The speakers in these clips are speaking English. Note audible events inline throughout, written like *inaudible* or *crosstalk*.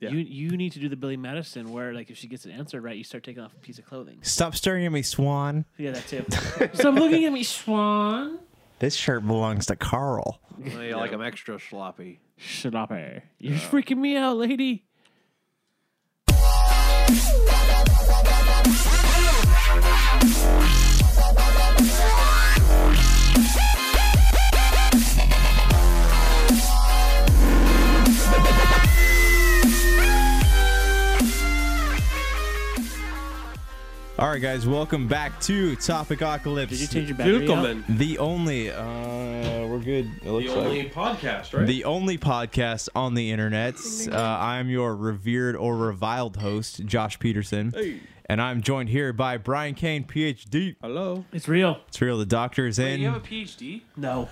Yeah. You you need to do the Billy Madison where like if she gets an answer right, you start taking off a piece of clothing. Stop staring at me, Swan. Yeah, that *laughs* too. Stop looking at me, Swan. This shirt belongs to Carl. They like I'm extra sloppy. Shut up, eh? You're freaking me out, lady. All right, guys, welcome back to Topic Ocalypse. Did you change your battery? out? the only? Uh, we're good. It looks The like. only podcast, right? The only podcast on the internet. Uh, I'm your revered or reviled host, Josh Peterson. Hey. And I'm joined here by Brian Kane, PhD. Hello. It's real. It's real. The doctor is in. You have a PhD? No.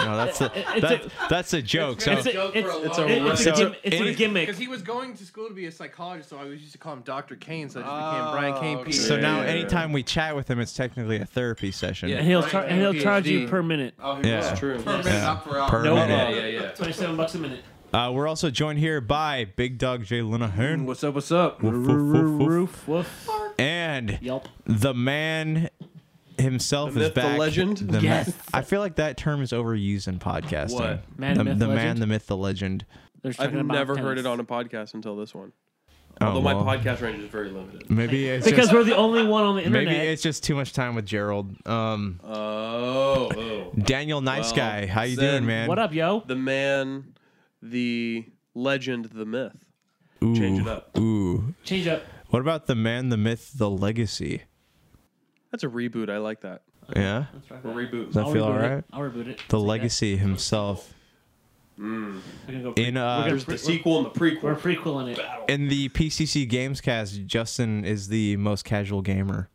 no, that's a, it's that, that's a joke. So it's, a, joke for it's, a it's, long a, it's, a, time. gim- it's a It's- gimmick. Because he was going to school to be a psychologist, so I was used to call him Dr. Kane, so I just became Brian Kane Oh, okay. PhD. So now, Yeah. anytime we chat with him, it's technically a therapy session. And he'll, Right, char- and he'll charge you PhD. per minute. oh, Yeah. That's true. uh, Per minute, Yeah. not per hour. Per No, minute. Yeah, yeah, yeah. 27 bucks a minute. Uh, we're also joined here by Big Dog Jay Linehan What's up? What's up? Woof, woof, woof, woof. Roof, woof, and yelp. the man himself The is myth, the back. legend? The Yes. ma- I feel like that term is overused in podcasting. What? Man, the, myth, the man, legend? the myth, the legend. They're I've talking about never heard tennis. it on a podcast until this one. Oh, Although well. my podcast range is very limited. Maybe it's Because just, we're the only one on the internet. maybe it's just too much time with Gerald. Um, Oh, oh. Daniel, nice Well, guy. How you then- doing, man? what up, yo? the man, the legend, the myth. Ooh, Change it up. Ooh. Change up. What about the man, the myth, the legacy? That's a reboot. I like that. Yeah. Let's try We'll that. reboot. That I'll feel reboot alright? It. I'll reboot it. The Take that. legacy himself We're gonna go pre- in we're uh gonna There's pre- the sequel and the We're prequel. prequeling it. in the PCC Gamescast. Justin is the most casual gamer.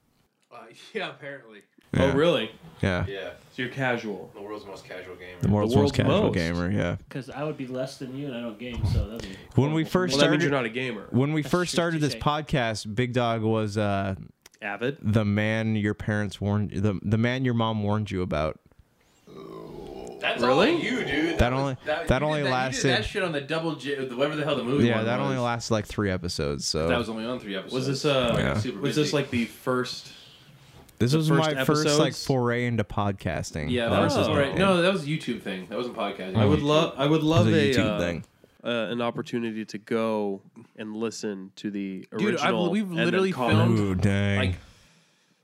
Uh, yeah, apparently. Yeah. Oh, really? Yeah. Yeah, So you're casual. the world's most casual gamer. The world's world's most casual most. gamer. Yeah. Because I would be less than you and I don't game, so that'd be. When we first Well, that means you're started. not a gamer. When we That's first true, started this touche. podcast, Big Dog was uh, Avid. the man your parents warned the the man your mom warned you about. That's Really? all you, dude. That only- that you only did lasted- You did that shit on the double J, whatever the hell the movie. Yeah, one that was. only lasted like three episodes. So That was only on three Was episodes. this uh? Yeah. Super Was this busy. like the first? this was first my first like episodes? foray into podcasting. Yeah, That that was was Oh. my right. thing. No, that was a YouTube thing. That wasn't podcasting. I would love. I would It love was a, a YouTube uh, thing. Uh, an opportunity to go and listen to the original. Dude, I've- we've and then literally comment. filmed- Ooh, dang. like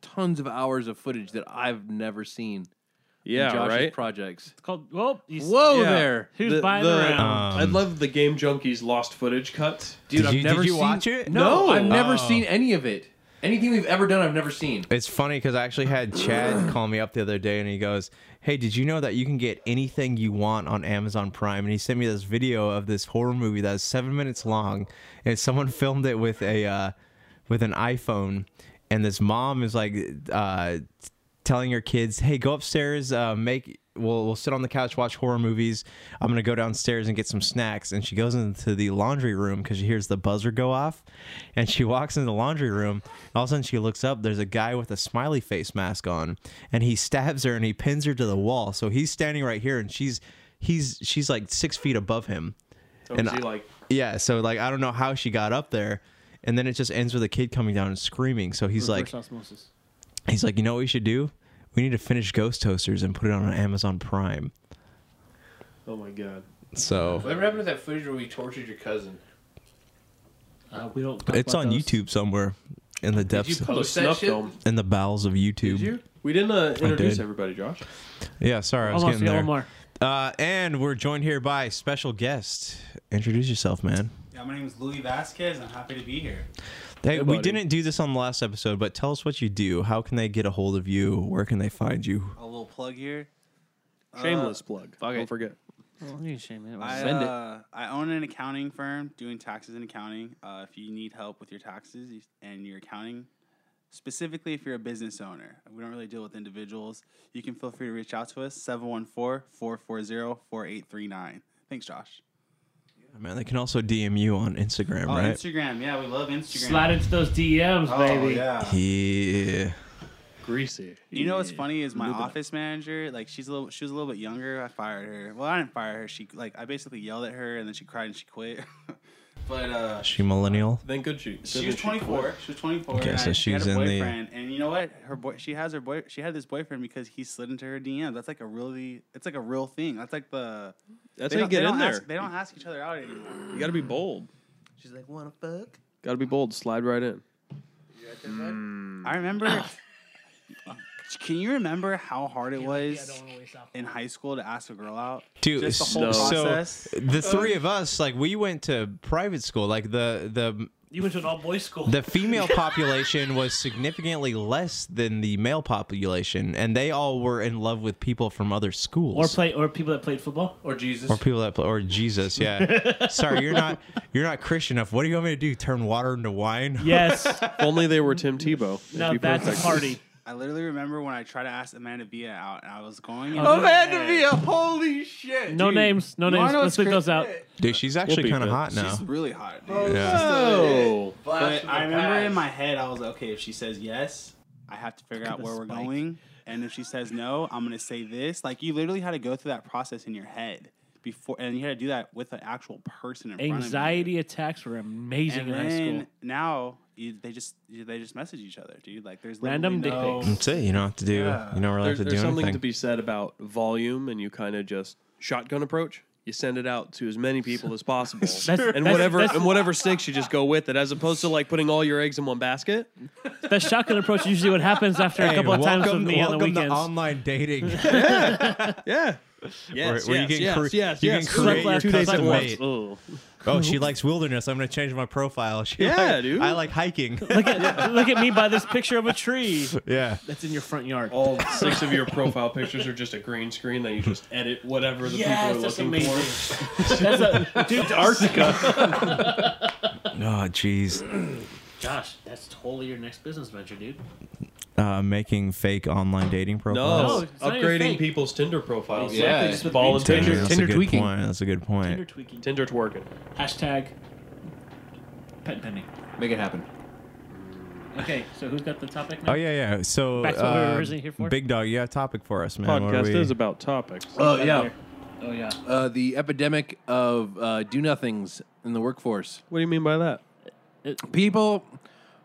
tons of hours of footage that I've never seen. in Yeah, Josh's right. projects. It's called. Whoa. you s- Yeah. Whoa Oh, there, Who's The- buying the- around? I love the Game Junkies lost footage cuts. dude! Did I've you- did never you seen, watch it? No, No. I've never Oh. seen any of it. Anything we've ever done, I've never seen. It's funny because I actually had Chad call me up the other day and he goes, Hey, did you know that you can get anything you want on Amazon Prime? And he sent me this video of this horror movie that was seven minutes long and someone filmed it with a uh, with an iPhone and this mom is like uh, telling her kids, Hey, go upstairs, uh, make We'll, we'll sit on the couch, watch horror movies. I'm gonna go downstairs and get some snacks. And she goes into the laundry room because she hears the buzzer go off, and she *laughs* walks into the laundry room. And all of a sudden, she looks up. There's a guy with a smiley face mask on, and he stabs her and he pins her to the wall. So he's standing right here, and she's he's she's like six feet above him. Oh, And is he I- like Yeah. So like I don't know how she got up there. And then it just ends with a kid coming down and screaming. So he's like, Reverse osmosis. he's like, you know what we should do? We need to finish Ghost Toasters and put it on Amazon Prime. oh my god. So Whatever happened to that footage where we tortured your cousin? Uh, we don't. talk it's about on those. YouTube somewhere in the Did depths, you post The that snuff shit? film. in the bowels of Did YouTube. you? We didn't uh, introduce did. everybody, Josh. Yeah, sorry, I was Almost. getting Yeah, there. one more. Uh, and we're joined here by special guest. Introduce yourself, man. Yeah, my name is Louis Vasquez. I'm happy to be here. Hey, we buddy. didn't do this on the last episode, but tell us what you do. How can they get a hold of you? Where can they find you? A little plug here. Uh, Shameless plug. fuck Don't it. forget. Well, you shame it. I, Send it. uh, I own an accounting firm doing taxes and accounting. Uh, if you need help with your taxes you- and your accounting, specifically if you're a business owner, we don't really deal with individuals. You can feel free to reach out to us 714 440 4839. Thanks, Josh. Man, they can also DM you on Instagram, Oh, right? Instagram. Yeah, we love Instagram. Slide into those DMs, Oh, baby. yeah. yeah. Greasy. You know what's funny is my Lube it up. office manager, like she's a little, she was a little bit younger. I fired her. Well, I didn't fire her. She like I basically yelled at her and then she cried and she quit. *laughs* But uh, She millennial. Then good shoot. she was 24. She was 24. Okay, and so I- she had was a in the- boyfriend, And you know what? Her boy. She has her boy. She had this boyfriend because he slid into her DM. That's like a really. It's like a real thing. That's like the. That's how they you don't- get they in don't there. ask- they don't ask each other out anymore. You got to be bold. She's like, wanna fuck? Got to be bold. Slide right in. I remember. *coughs* *laughs* Can you remember how hard it was in high school to ask a girl out? Dude, Just the whole so process. the three of us, like we went to private school. Like the the You went to an all boys school. the female population was significantly less than the male population, and they all were in love with people from other schools or play or people that played *laughs* football. Or Jesus. Or people that play, or Jesus. Yeah, sorry, you're not you're not Christian enough. What do you want me to do? Turn water into wine? Yes. If only they were Tim Tebow. It'd now be that's a perfect. party. I literally remember when I tried to ask Amanda Villa out, and I was going. Oh, Amanda Villa, holy shit. No dude. names. No You wanna names. know Let's what's leave cra- those out. Dude, she's actually We'll kind of beat hot now. She's really hot, dude. Yeah. Oh. But I remember in my head, I was like, okay, if she says yes, I have to figure out the where we're spike. going. And if she says no, I'm going to say this. Like, you literally had to go through that process in your head before, and you had to do that with an actual person in front of Anxiety attacks were you. amazing And in high then school. now you, they just you, they just message each other, dude. Like there's Random literally no, dick pics. That's it. You don't have to do. Yeah. You don't really There's, have to there's do something anything. to be said about volume, and you kind of just shotgun approach. You send it out to as many people as *laughs* possible, and that's- whatever that's- and whatever stinks, you just go with it, as opposed to like putting all your eggs in one basket. The shotgun approach is usually what happens after a Hey, couple of times with welcome- me on the welcome to weekends. online dating. Yeah. Yes. where you yes, can yes, cre- yes, you yes. can create Like your two days at custom once. mate. Ugh. Oh, she likes wilderness. I'm gonna change my profile. *laughs* She Yeah, like- dude. I like hiking. *laughs* look, at, look at me by this picture of a tree yeah. that's in your front yard. All six of your profile pictures are just a green screen that you just edit whatever the people are looking for. *laughs* that's a, dude, Arctica. Oh, jeez. *laughs* Gosh, that's totally your next business venture, dude. Uh, making fake online dating No, Oh, profiles. it's not even upgrading fake. people's Tinder profiles. Exactly, Yeah. just with Ball and green Damn, Tinder. that's Tinder a good tweaking. point. That's a good Tinder point. tweaking. Tinder twerking. Hashtag pet pending. Make it happen. Okay, so who's got the topic now? Oh yeah, yeah. So, Back to what we were uh, originally here for? big dog, you have a topic for us, man. What are Podcast we- is about topics. Oh, Right yeah. there. Oh, yeah. Uh, the epidemic of uh, do nothings in the workforce. What do you mean by that? People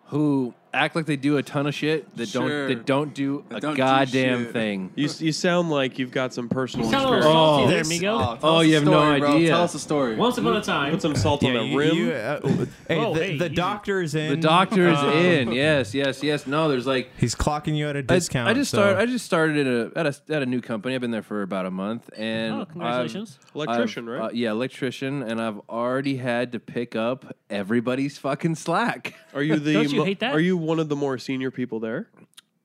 who act like they do a ton of shit that don't Sure. that don't do a don't do goddamn shit. thing. You, you sound like you've got some personal experience. salty there, this- amigo. tell Oh, us you a have no story, bro. idea. Tell us a story. Once upon a time, Put some salt Yeah, on that you- rim. you, uh, oh, hey, Whoa, the, hey, the easy. doctor's in. The doctor's in. Yes, yes, yes. No, there's like He's clocking you at a I- discount. I, just so- started. I just started at a, at a at a new company. I've been there for about a month, and Oh, I've- congratulations. Electrician, I've, right? uh, yeah, electrician, and I've already had to pick up everybody's fucking slack. *laughs* Are you the? Don't you mo- hate that? Are you one of the more senior people there?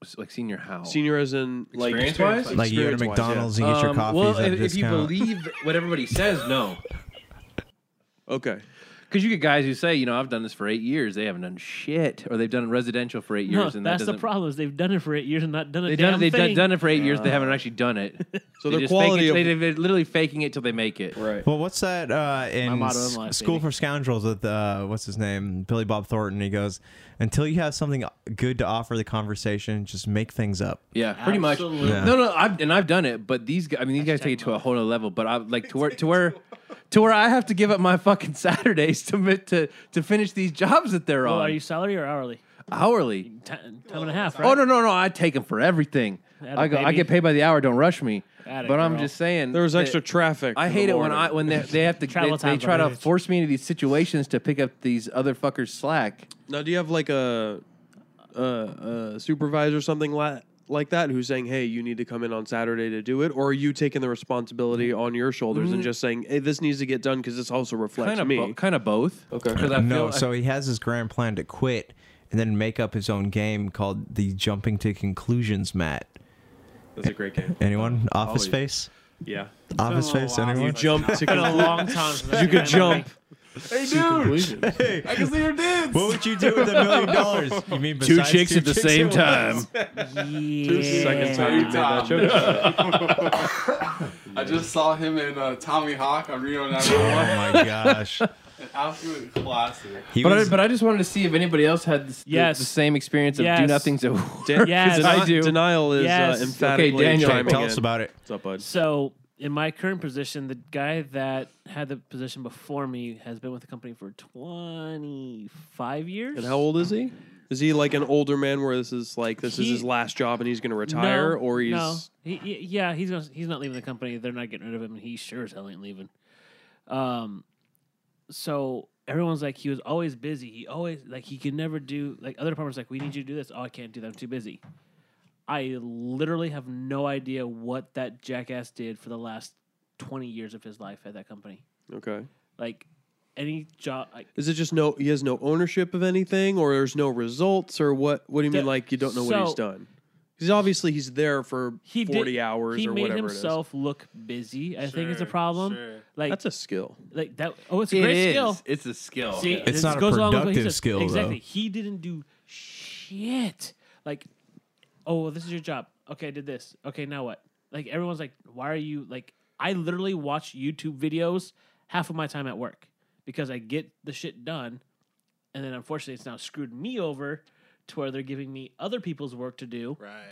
S- Like senior how? Senior as in like Experience-wise? like you go to experience-wise, yeah. McDonald's and get your Um, coffees at well, a if, if you discount. believe what everybody says, no, Okay. because you get guys who say, you know, I've done this for eight years, they haven't done shit, or they've done residential for eight no, years, and that that's the doesn't- problem. Is they've done it for eight years and not done a They've damn done, it- they've done, thing. done it for eight years. They haven't actually done it. So They their just fake quality it- of they, they're literally faking it till they make it. right. Well, what's that uh, in motto in S- life, School baby. for Scoundrels with uh, what's his name, Billy Bob Thornton? He goes, "Until you have something good to offer the conversation, just make things up." Yeah, pretty much. Absolutely. Yeah. No, no, I've and I've done it, but these guys, I mean, these guys Hashtag take it to a love. whole other level. But I like to where to where to where I have to give up my fucking *laughs* Saturdays to mi- to to finish these jobs that they're Well, on Oh, are you salary or hourly? hourly. Time, time and a half, right? Oh no, no, no! I take them for everything. Atta I go, I baby. get paid by the hour. Don't rush me. Atta but I'm girl. just saying, There was that- extra traffic. I in hate the it when morning. I when they, they have to they, Travel they time try to provided. force me into these situations to pick up these other fuckers slack. Now, do you have like a, a, a supervisor or something like like that who's saying, "Hey, you need to come in on Saturday to do it," or are you taking the responsibility on your shoulders and just saying, "Hey, this needs to get done because this also reflects Kind of, me." bo- kind of both. Okay. 'Cause I no, feel- so he has his grand plan to quit and then make up his own game called the Jumping to Conclusions Mat. That's a great game. Anyone? Office Space? Yeah, Office been a Space? while *laughs* Anyone? since jump to Been a conclu- long time. since you I've could done jump. Hey, dude, *laughs* I can see your dance. What would you do with a million dollars? *laughs* You mean besides chicks *laughs* at once? anything. Two Yeah. seconds after you made that joke. I just saw him in uh, Tommy Hawk on Rio 911. Oh my *laughs* gosh! An absolute classic. He But I, was- but I just wanted to see if anybody else had this, the- Yes. the, same experience of do Yes. nothings at Dan- work Yes. as Deni- I do. Denial is Yes. uh, emphatically Okay, Daniel. chiming tell in. us about it. What's up, bud? So in my current position, the guy that had the position before me has been with the company for 25 years. And how old is he? Is he like an older man where this is like this is He- his last job and he's going to No, retire, or he's no. He- he- yeah, he's gonna, he's not leaving the company. They're not getting rid of him, and he sure as hell ain't leaving. Um, so everyone's like, he was always busy. He always like he could never do like other departments like we need you to do this. Oh, I can't do that. I'm too busy. I literally have no idea what that jackass did for the last twenty years of his life at that company. okay? Like any job, like, Is it just no? He has no ownership of anything, or there's no results, or what? What do you mean? The- Like you don't know what he's so- done? Because obviously he's there for he did- forty hours He or made whatever himself look busy. I think it's a Sure, problem. sure. it is. Like That's a skill. like that. Oh, it's a great skill. It's a skill. See, Yeah. this not a goes along with what he productive said. skill, though. Exactly. He didn't do shit. Like, oh, well, this is your job. Okay, I did this. Okay, now what? Like, everyone's like, why are you like? I literally watch YouTube videos half of my time at work because I get the shit done, and then unfortunately, it's now screwed me over to where they're giving me other people's work to do. Right, right,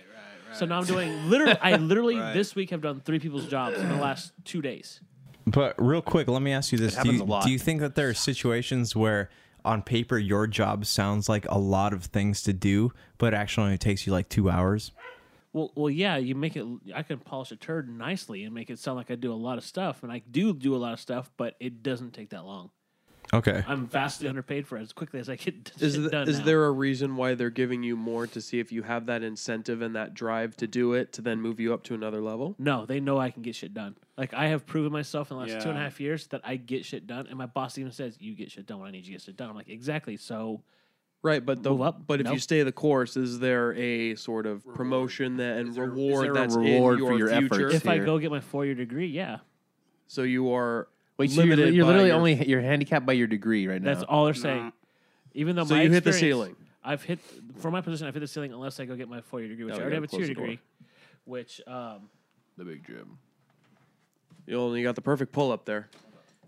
right. So now I'm doing literally. I literally *laughs* Right. this week have done three people's jobs in the last two days. But real quick, let me ask you this: do happens you, a lot. do you think that there are situations where, on paper, your job sounds like a lot of things to do, but actually only takes you like two hours? Well, well, yeah, you make it. I can polish a turd nicely and make it sound like I do a lot of stuff, and I do do a lot of stuff, but it doesn't take that long. Okay. I'm vastly underpaid for it as quickly as I get *laughs* Is shit th- done. is now. there a reason why they're giving you more to see if you have that incentive and that drive to do it to then move you up to another level? No, they know I can get shit done. Like I have proven myself in the last two and a Yeah. half years that I get shit done, and my boss even says, "You get shit done when I need you to get shit done." I'm like, exactly. So Right, but the Move up? but if you No. stay the course, is there a sort of promotion that and there- is reward there a that's reward in for your, your future? efforts? if I Here. go get my four year degree, yeah, so you are Wait, so you're, limited. you're by literally your- only you're handicapped by your degree right now. that's all they're saying. Even though So my you hit the experience- ceiling. I've hit for my position. I've hit the ceiling unless I go get my four year degree, which Now I we already have gotta a two year Oh, close the door. degree, which. um the big gym. You only got the perfect pull up there.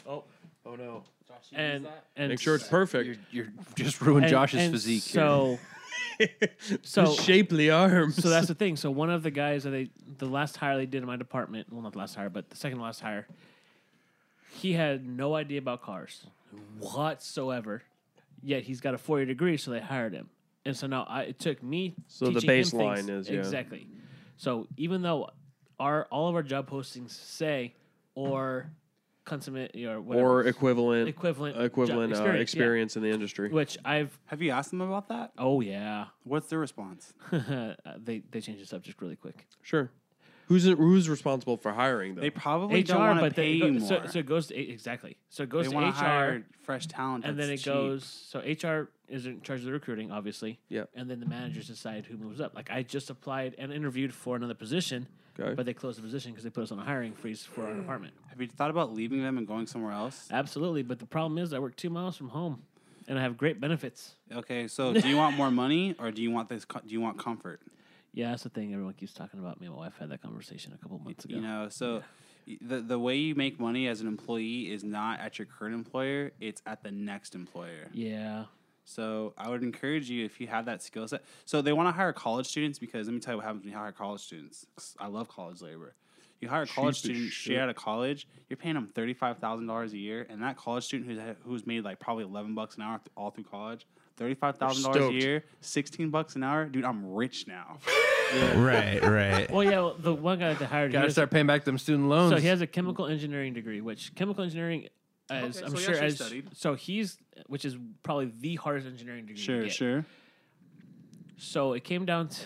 Oh, Oh no! and and Make sure it's perfect. You're, you're just ruined and- Josh's and physique. here. So, *laughs* so Just shapely arms. so that's the thing. So one of the guys that they the last hire they did in my department, well not the last hire, but the second to last hire, he had no idea about cars whatsoever. Yet he's got a four year degree, so they hired him. And so now I, it took me. So the teaching him baseline things- is, yeah. exactly. So even though our all of our job postings say or consummate or whatever, or equivalent Equivalent equivalent experience, uh, job experience, experience in the industry. which I've Have you asked them about that? oh yeah *laughs* What's their response? they they change the subject really quick. Sure. Who's who's responsible for hiring though? They probably don't HR, want to but pay they you go, more. so so it goes to exactly. So it goes they to want HR, to hire fresh talent, and then it that's cheap. goes. So HR is in charge of the recruiting, obviously. Yep. And then the managers decide who moves up. Like I just applied and interviewed for another position, Okay. but they closed the position because they put us on a hiring freeze for our department. Have you thought about leaving them and going somewhere else? Absolutely, but the problem is I work two miles from home, and I have great benefits. Okay, so do you want more money or do you want this? co- Do you want comfort? Yeah, that's the thing everyone keeps talking about. Me and my wife had that conversation a couple months ago. You know, so y- the the way you make money as an employee is not at your current employer; it's at the next employer. yeah. So I would encourage you if you have that skill set. So they want to hire college students because let me tell you what happens when you hire college students. 'Cause I love college labor. You hire a college Cheap as student straight shit. out of college, you're paying them thirty five thousand dollars a year, and that college student who's ha- who's made like probably eleven bucks an hour th- all through college, thirty five thousand dollars a stoked. year, sixteen bucks an hour, dude, I'm rich *laughs* now. *laughs* Right. Right. Well, yeah. well, the one guy that they hired, he gotta was- start paying back them student loans. So he has a chemical engineering degree, which chemical engineering, as Okay, I'm so he sure, actually as studied. so he's which is probably the hardest engineering degree. to sure, get. sure. So it came down. To,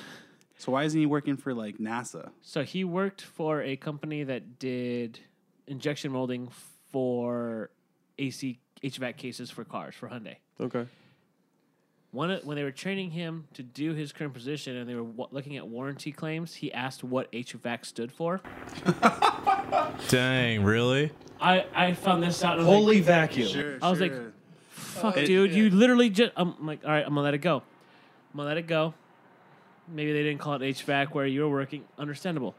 So why isn't he working for like NASA? so he worked for a company that did injection molding for AC HVAC cases for cars for Hyundai. okay. One of- when they were training him to do his current position and they were wa- looking at warranty claims, he asked what HVAC stood for. Dang. Really? I, I found this out. and I was like, vacuum. I was like, fuck, dude, you literally just. I'm like, all right, I'm gonna let it go. I'm gonna let it go. Maybe they didn't call it HVAC where you were working. Understandable.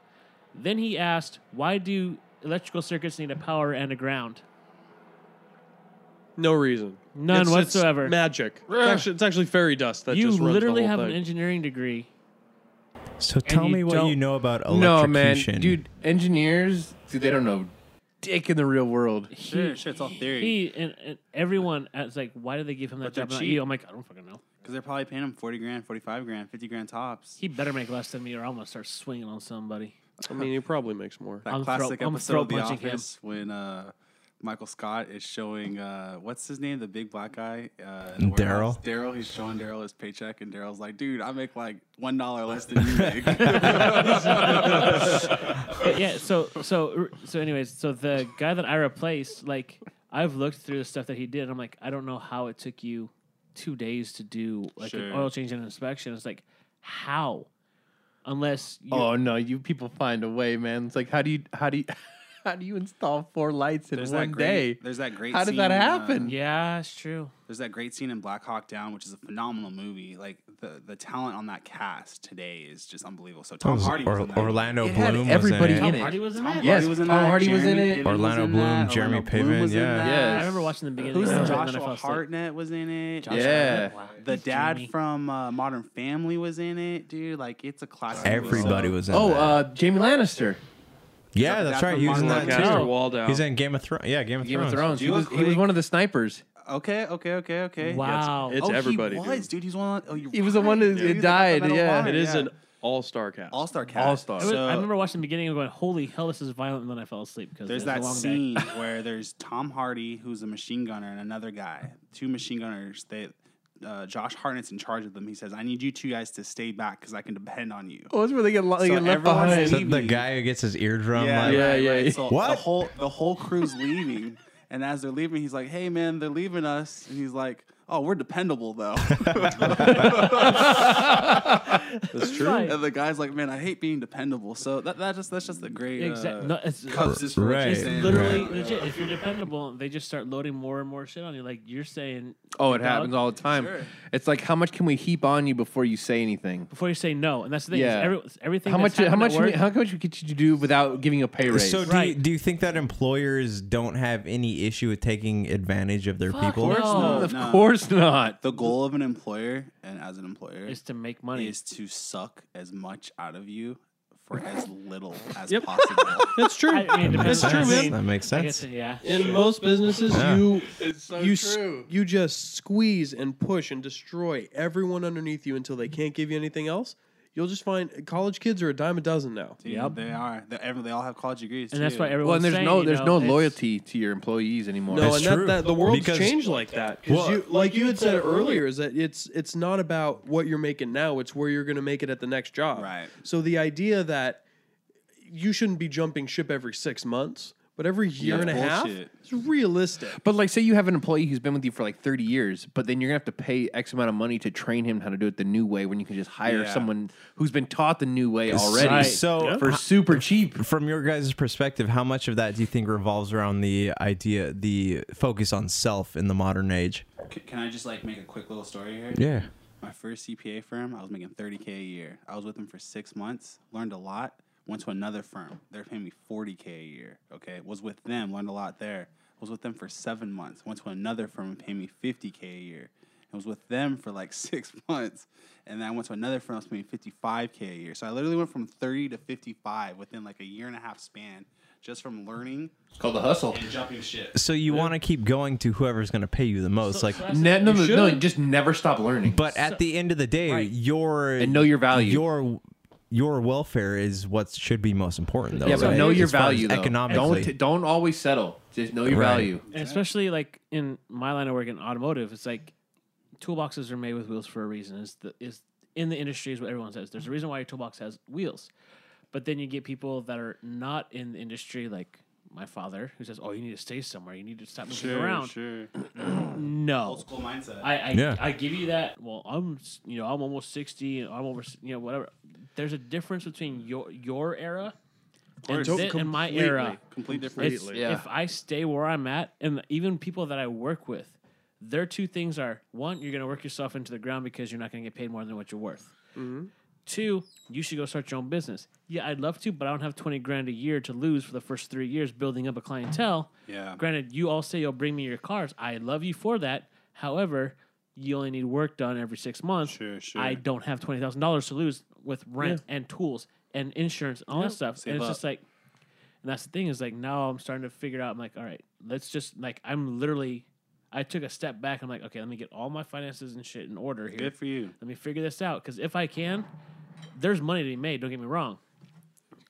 Then he asked, why do electrical circuits need a power and a ground? No reason. None It's- it's whatsoever. magic. It's actually, it's actually fairy dust that you just runs the literally whole have an thing. engineering degree. So tell you me what don't- you know about No, man, electrocution. dude, engineers, dude, they don't know dick in the real world. Sure, sure, it's all theory. He and, and everyone is like, why did they give him that But they're job? And I- cheap. I'm like, I don't fucking know. Because they're probably paying him 40 grand, 45 grand, 50 grand tops. He better make less than me, or I'm gonna start swinging on somebody. I mean, he probably makes more. That I'm throw- classic I'm episode of throw The punching him. Office when uh, Michael Scott is showing, uh, what's his name? The big black guy? Uh, in the warehouse. Daryl. Daryl. He's showing Daryl his paycheck, and Daryl's like, dude, I make like $1 less than you *laughs* make. But yeah. So so so. Anyways, so the guy that I replaced, like, I've looked through the stuff that he did. And I'm like, I don't know how it took you two days to do like an Sure. oil change and inspection. It's like, how? Unless you Oh no, you people find a way, man. It's like how do you how do you *laughs* how do you install four lights in There's one that great, day? There's that great How did scene, that uh, happen? yeah, it's true. There's that great scene in Black Hawk Down, which is a phenomenal movie. Like the the talent on that cast today is just unbelievable. So Tom Hardy was Oh, Or- in that. Orlando It had Bloom everybody was in Tom it. it. Hardy was in Tom that. Hardy Yes, was in Tom that. Hardy was in Jeremy it. Piven was Orlando in Bloom, that, Jeremy Orlando Bloom Piven, was in yeah. that. Yes. I remember watching the beginning. Who's of that, and then I fell Joshua asleep. Hartnett was in it. Joshua Yeah. Hartnett, wow. The dad Jamie. from uh, Modern Family was in it, dude. Like it's a classic. Everybody So- was in. Oh, that. uh, Jamie Lannister, yeah, that's that right. from He was in that Modern Warfare? Lancaster too. Waldo. He's in Game of Thrones. Yeah, Game of Game Thrones. of Thrones. He Do a was, he was click. one of the snipers. Okay, okay, okay, okay. Wow. It's oh, everybody, He dude. was, dude. He's one. Of, oh, you're He was the right, one who- dude. who He's the died, metal yeah. monitor, It is an all-star cast. all star cast. All-star. It was- I remember watching the beginning and going, "Holy hell, this is violent!" And then I fell asleep because There's it was a that long day. scene where there's Tom Hardy, who's a machine gunner, and another guy, two machine gunners. They, uh, Josh Hartnett's in charge of them. He says, "I need you two guys to stay back because I can depend on you." Oh, that's where they get, lo- they So get left everyone's behind. So leaving. the guy who gets his eardrum. like, yeah, yeah, yeah. So The What? whole the whole crew's leaving, and as they're leaving, he's like, "Hey, man, they're leaving us," and he's like, "Oh, we're dependable though." That's true. Right. and the guy's like, "Man, I hate being dependable." So that, that just that's just the great. uh, Exact- Exactly. no, it's- Cubs Right. right. It's Literally, legit. If you're dependable, they just start loading more and more shit on you. Like you're saying, Oh, "Hey, it dog," happens all the time. Sure. It's like how much can we heap on you before you say anything? before you say no, and that's the thing. Yeah. Yeah. Every, everything. How that's much? How happened much? at can we- work- How much could you do without giving a pay raise? So do, you, Right. do you think that employers don't have any issue with taking advantage of their Fuck people? no. no. of course not. The goal of an employer and as an employer is to make money. is to suck as much out of you *laughs* for as little as possible. That's true. I mean, it That depends makes on sense. the scene. That makes I sense. guess, yeah. In most businesses, Yeah. you so you s- you just squeeze and push and destroy everyone underneath you until they can't give you anything else. You'll just find college kids are a dime a dozen now. Dude, Yep. They are. They, every, they all have college degrees. And that's too. why everyone's Well, and there's saying, no you there's know, no it's- loyalty to your employees anymore. No, That's and that, true. that the world's Because- changed like that. 'Cause Well- you, like you had said earlier, is that it's it's not about what you're making now; it's where you're going to make it at the next job. Right. So the idea that you shouldn't be jumping ship every six months, but every year Yeah, and a half bullshit. is realistic. But like, say you have an employee who's been with you for like 30 years, but then you're gonna have to pay X amount of money to train him how to do it the new way when you can just hire Yeah. someone who's been taught the new way already Right. So for super cheap. from your guys' perspective, how much of that do you think revolves around the idea, the focus on self in the modern age? C- Can I just like make a quick little story here? Yeah. My first CPA firm, I was making 30K a year. I was with them for six months, learned a lot, went to another firm. They're paying me 40K a year. Okay. Was with them, learned a lot there. Was with them for seven months, went to another firm and paid me 50K a year. And was with them for like *laughs* six months. And then I went to another firm that was paying me 55K a year. So I literally went from 30 to 55 within like a year and a half span just from learning It's called the hustle. and jumping shit. So you want to keep going to whoever's going to pay you the most, like. Ne- no, no, You no, should. just never stop learning. But at the end of the day, Right. your And know your value. Your your welfare is what should be most important, though. yeah, but right? know your As far as value. though. economically. don't t- don't always settle. Just know your Right. value. And especially like in my line of work in automotive, it's like toolboxes are made with wheels for a reason. Is the is in the industry is what everyone says. There's a reason why your toolbox has wheels, but then you get people that are not in the industry, like my father, who says, "Oh, you need to stay somewhere. You need to stop moving around." sure. *clears throat* No, Old school mindset. I I, Yeah. I give you that. Well, I'm s- you know I'm almost sixty and I'm over s- you know whatever. There's a difference between your your era and, course. thi- and my era. Complete difference. It's, Yeah. If I stay where I'm at, and even people that I work with, their two things are one, you're going to work yourself into the ground because you're not going to get paid more than what you're worth. Mm-hmm. Two, you should go start your own business. Yeah, I'd love to, but I don't have 20 grand a year to lose for the first three years building up a clientele. Yeah. Granted, you all say you'll bring me your cars. I love you for that. However, you only need work done every six months. Sure, sure. I don't have twenty thousand dollars to lose with rent and tools and insurance and all that stuff. Save and it's up. just like, and that's the thing is like now I'm starting to figure out. I'm like, all right, let's just like I'm literally, I took a step back. I'm like, okay, let me get all my finances and shit in order here. Good for you. Let me figure this out because if I can, there's money to be made. Don't get me wrong,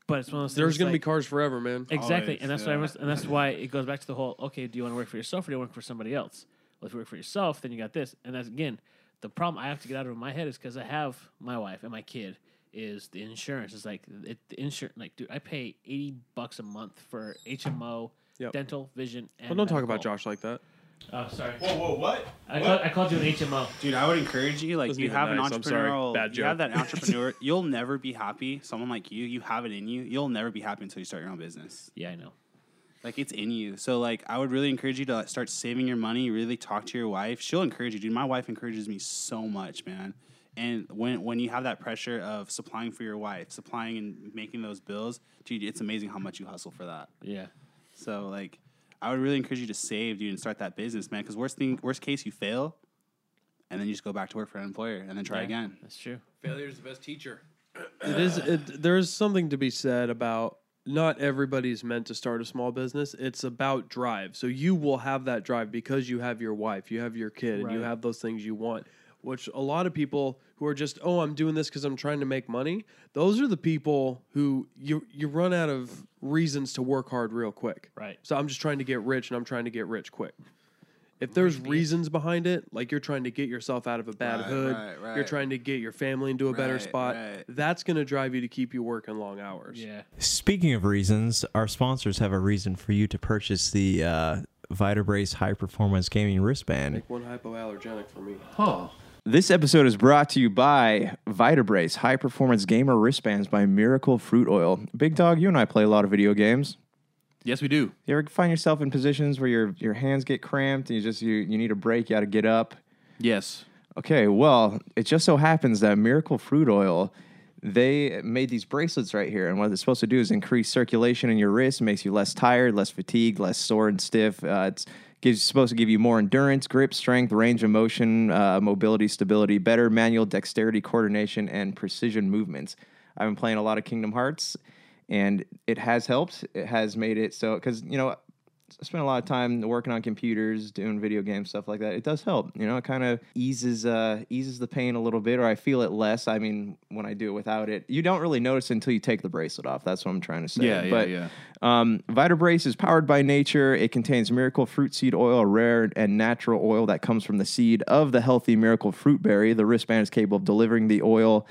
but it's one of those. There's things, gonna be like- cars forever, man. Exactly, Always, and that's yeah. why everyone's- and that's why it goes back to the whole. Okay, do you want to work for yourself or do you work for somebody else? Well, if you work for yourself, then you got this, and that's again the problem I have to get out of my head is because I have my wife and my kid. Is the insurance? It's like it, the insurance. Like, dude, I pay eighty bucks a month for HMO, Yep. dental, vision, and. Well, don't talk about medical. Josh like that. Oh, sorry. Whoa, whoa, what? I called, I called you an HMO. Dude, I would encourage you. Like, Wasn't you even have an nice, I'm sorry. entrepreneurial. Bad You joke. have *laughs* that entrepreneur. you'll never be happy. Someone like you, you have it in you. You'll never be happy until you start your own business. Yeah, I know. Like it's in you. So like I would really encourage you to like, start saving your money. Really talk to your wife. She'll encourage you, dude. My wife encourages me so much, man. And when when you have that pressure of supplying for your wife, supplying and making those bills, dude, it's amazing how much you hustle for that. Yeah. So like I would really encourage you to save, dude, and start that business, man. Because worst thing, worst case, you fail, and then you just go back to work for an employer and then try Yeah, again. That's true. Failure is the best teacher. It is. It, there is something to be said about not everybody's meant to start a small business. It's about drive. So you will have that drive because you have your wife, you have your kid, and you Right. have those things you want. Which a lot of people who are just, oh, I'm doing this because I'm trying to make money. Those are the people who you you run out of reasons to work hard real quick. Right. So I'm just trying to get rich, and I'm trying to get rich quick. If there's reasons behind it, like you're trying to get yourself out of a bad Right, hood, right, you're right. trying to get your family into a better Right, spot, right. that's going to drive you to keep you working long hours. Yeah. Speaking of reasons, our sponsors have a reason for you to purchase the uh, Vitabrace High Performance Gaming Wristband. One hypoallergenic for me. This episode is brought to you by Vitabrace, high performance gamer wristbands by Miracle Fruit Oil. Big Dog, you and I play a lot of video games. Yes, we do. You ever find yourself in positions where your your hands get cramped and you just you, you need a break, you got to get up? Yes. Okay, well, it just so happens that Miracle Fruit Oil, they made these bracelets right here, and what it's supposed to do is increase circulation in your wrist, makes you less tired, less fatigued, less sore and stiff. Uh, it's gives supposed to give you more endurance, grip strength, range of motion, uh, mobility, stability, better manual dexterity, coordination, and precision movements. I've been playing a lot of Kingdom Hearts, and it has helped. It has made it so because you know I spend a lot of time working on computers, doing video games, stuff like that. It does help, you know. It kind of eases uh, eases the pain a little bit, or I feel it less. I mean, when I do it without it, you don't really notice until you take the bracelet off. That's what I'm trying to say. Yeah, yeah, but, yeah. Um, Vitabrace is powered by nature. It contains miracle fruit seed oil, a rare and natural oil that comes from the seed of the healthy miracle fruit berry. The wristband is capable of delivering the oil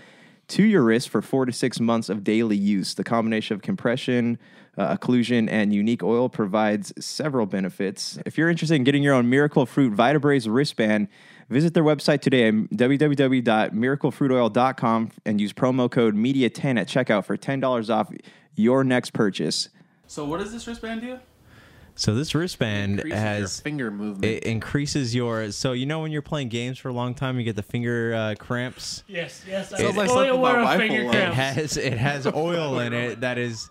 to your wrist for four to six months of daily use. The combination of compression, uh, occlusion, and unique oil provides several benefits. If you're interested in getting your own Miracle Fruit Vitabraze wristband, visit their website today at www.miraclefruitoil.com and use promo code MEDIA10 at checkout for $10 off your next purchase. So what does this wristband do? So this wristband Increases your has finger movement. it increases your so you know when you're playing games for a long time you get the finger uh, cramps. Yes. Yes. I Sounds was like fully something my aware of wife finger will love. It cramps. *laughs* has it has oil in it that is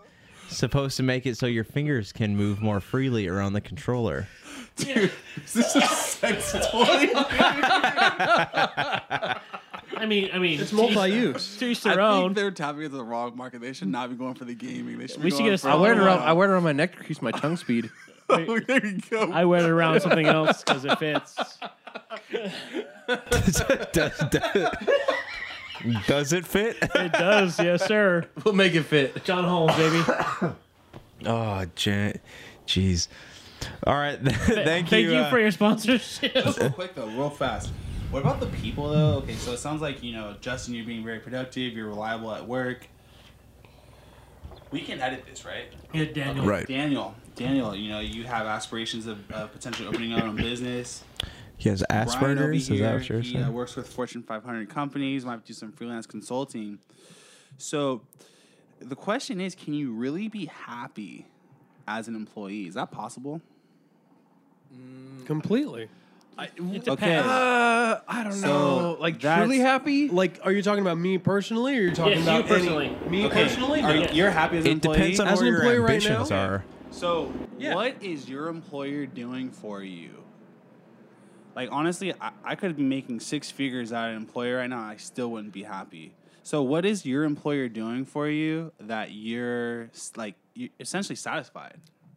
supposed to make it so your fingers can move more freely around the controller. *laughs* Is this a sex toy? I mean, I mean, It's multi-use. To each their I think own. they're tapping into the wrong market. They should not be going for the gaming. They should We be should going get a for I wear it Oh, around. wow. I wear it around my neck to increase my *laughs* tongue speed. Oh, *laughs* there you go. I wear it around something else because it fits. does, does- does it fit? *laughs* It does, yes, sir. We'll make it fit. John Holmes, baby. Oh, Jan- jeez. All right, *laughs* th- thank you. Thank you, uh, for your sponsorship. real quick though, real fast. What about the people though? Okay, so it sounds like you know, Justin, you're being very productive. You're reliable at work. We can edit this, right? Yeah, Daniel. Right. Daniel, Daniel, you know, you have aspirations of, of potentially opening your own business. he has Brian over Asperger's. Is that what here, you're he uh, saying? works with Fortune 500 companies. Might do some freelance consulting. So, the question is, can you really be happy as an employee? Is that possible? Completely. It depends. Uh, I don't So, know. Like that's- truly happy? Like, are you talking about me personally, or are you talking Yes, you about any- personally. me Okay, personally? are, No. you- you're happy as an It employee. depends on As an where your employee right ambitions now? are. So, Yeah. what is your employer doing for you? Like honestly, I, I could be making six figures at an employer right now. I still wouldn't be happy. So what is your employer doing for you that you're s- like you're essentially satisfied?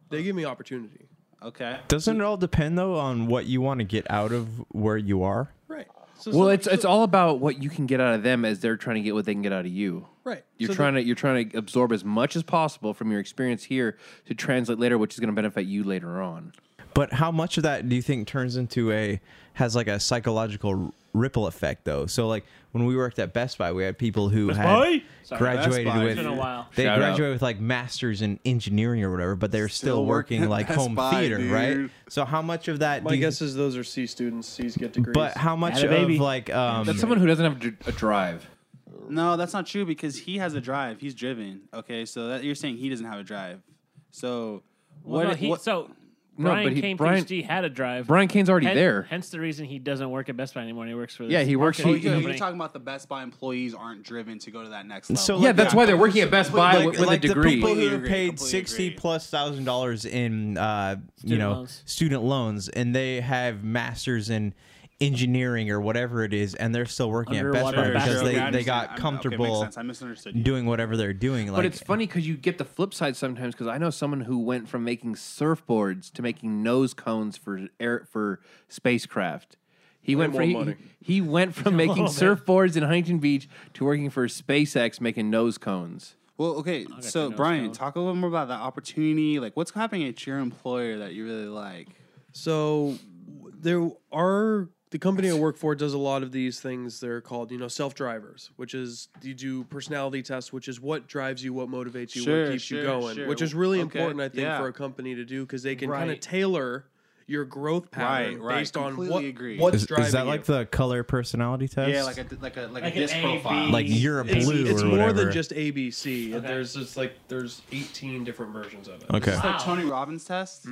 They give me opportunity. Okay. Doesn't it all depend though on what you want to get out of where you are? Right. So, Well, so- it's it's so- all about what you can get out of them as they're trying to get what they can get out of you. right. You're So the- trying to you're trying to absorb as much as possible from your experience here to translate later, which is going to benefit you later on. But how much of that do you think turns into a has like a psychological r- ripple effect though? So like when we worked at Best Buy, we had people who had Buy? Sorry, graduated Best Buy. with It's been a while. they Shout out. graduated with like masters in engineering or whatever, but they're still, Still working working at like Best home Buy, theater, right? *laughs* dude. So how much of that? My do you, guess is those are C students. C's get degrees. but how much Had a of baby. like um, That's someone who doesn't have a dr- a drive. No, that's not true because he has a drive. He's driven. Okay, so that, you're saying he doesn't have a drive. So Well, what? no, he, what- so No, Brian but he- Kane, Brian- PhD, had a drive. Brian Kane's already Hen- there. Hence the reason he doesn't work at Best Buy anymore. and He works for. This Yeah, he works- oh, marketing he- you're, he- you're company. talking about the Best Buy employees aren't driven to go to that next level. So, yeah, like, that's yeah. why they're working at Best Buy Like- with, with like a degree. The people Completely who agree, paid completely sixty agree. plus thousand dollars in uh, you Student know loans. student loans, and they have masters in engineering or whatever it is, and they're still working at Best Underwater Buy because sure, Okay, I they, they understand. got I'm- Okay, makes comfortable sense. I misunderstood. You. doing whatever they're doing. Like, but it's funny because you get the flip side sometimes. Because I know someone who went from making surfboards to making nose cones for air for spacecraft. He went more from he, money. he *laughs* went from making man. surfboards in Huntington Beach to working for SpaceX making nose cones. Well, okay. So notes Brian, down. talk a little more about that opportunity. Like, what's happening at your employer that you really like? So there are the company I work for does a lot of these things. They're called you know self drivers, which is you do personality tests, which is what drives you, what motivates you, Sure, what keeps sure, you going, sure. which is really Okay, important I think yeah. for a company to do because they can kind of Right. tailor your growth pattern Right, right, based on completely what agree. what's is, driving is that like you. the color personality test? Yeah, like a like a Like like, a an disc A, profile. B. E, like you're a it's, blue it's or more whatever. than just ABC. There's it's like there's 18 different versions of it. okay. It's like Tony Robbins test.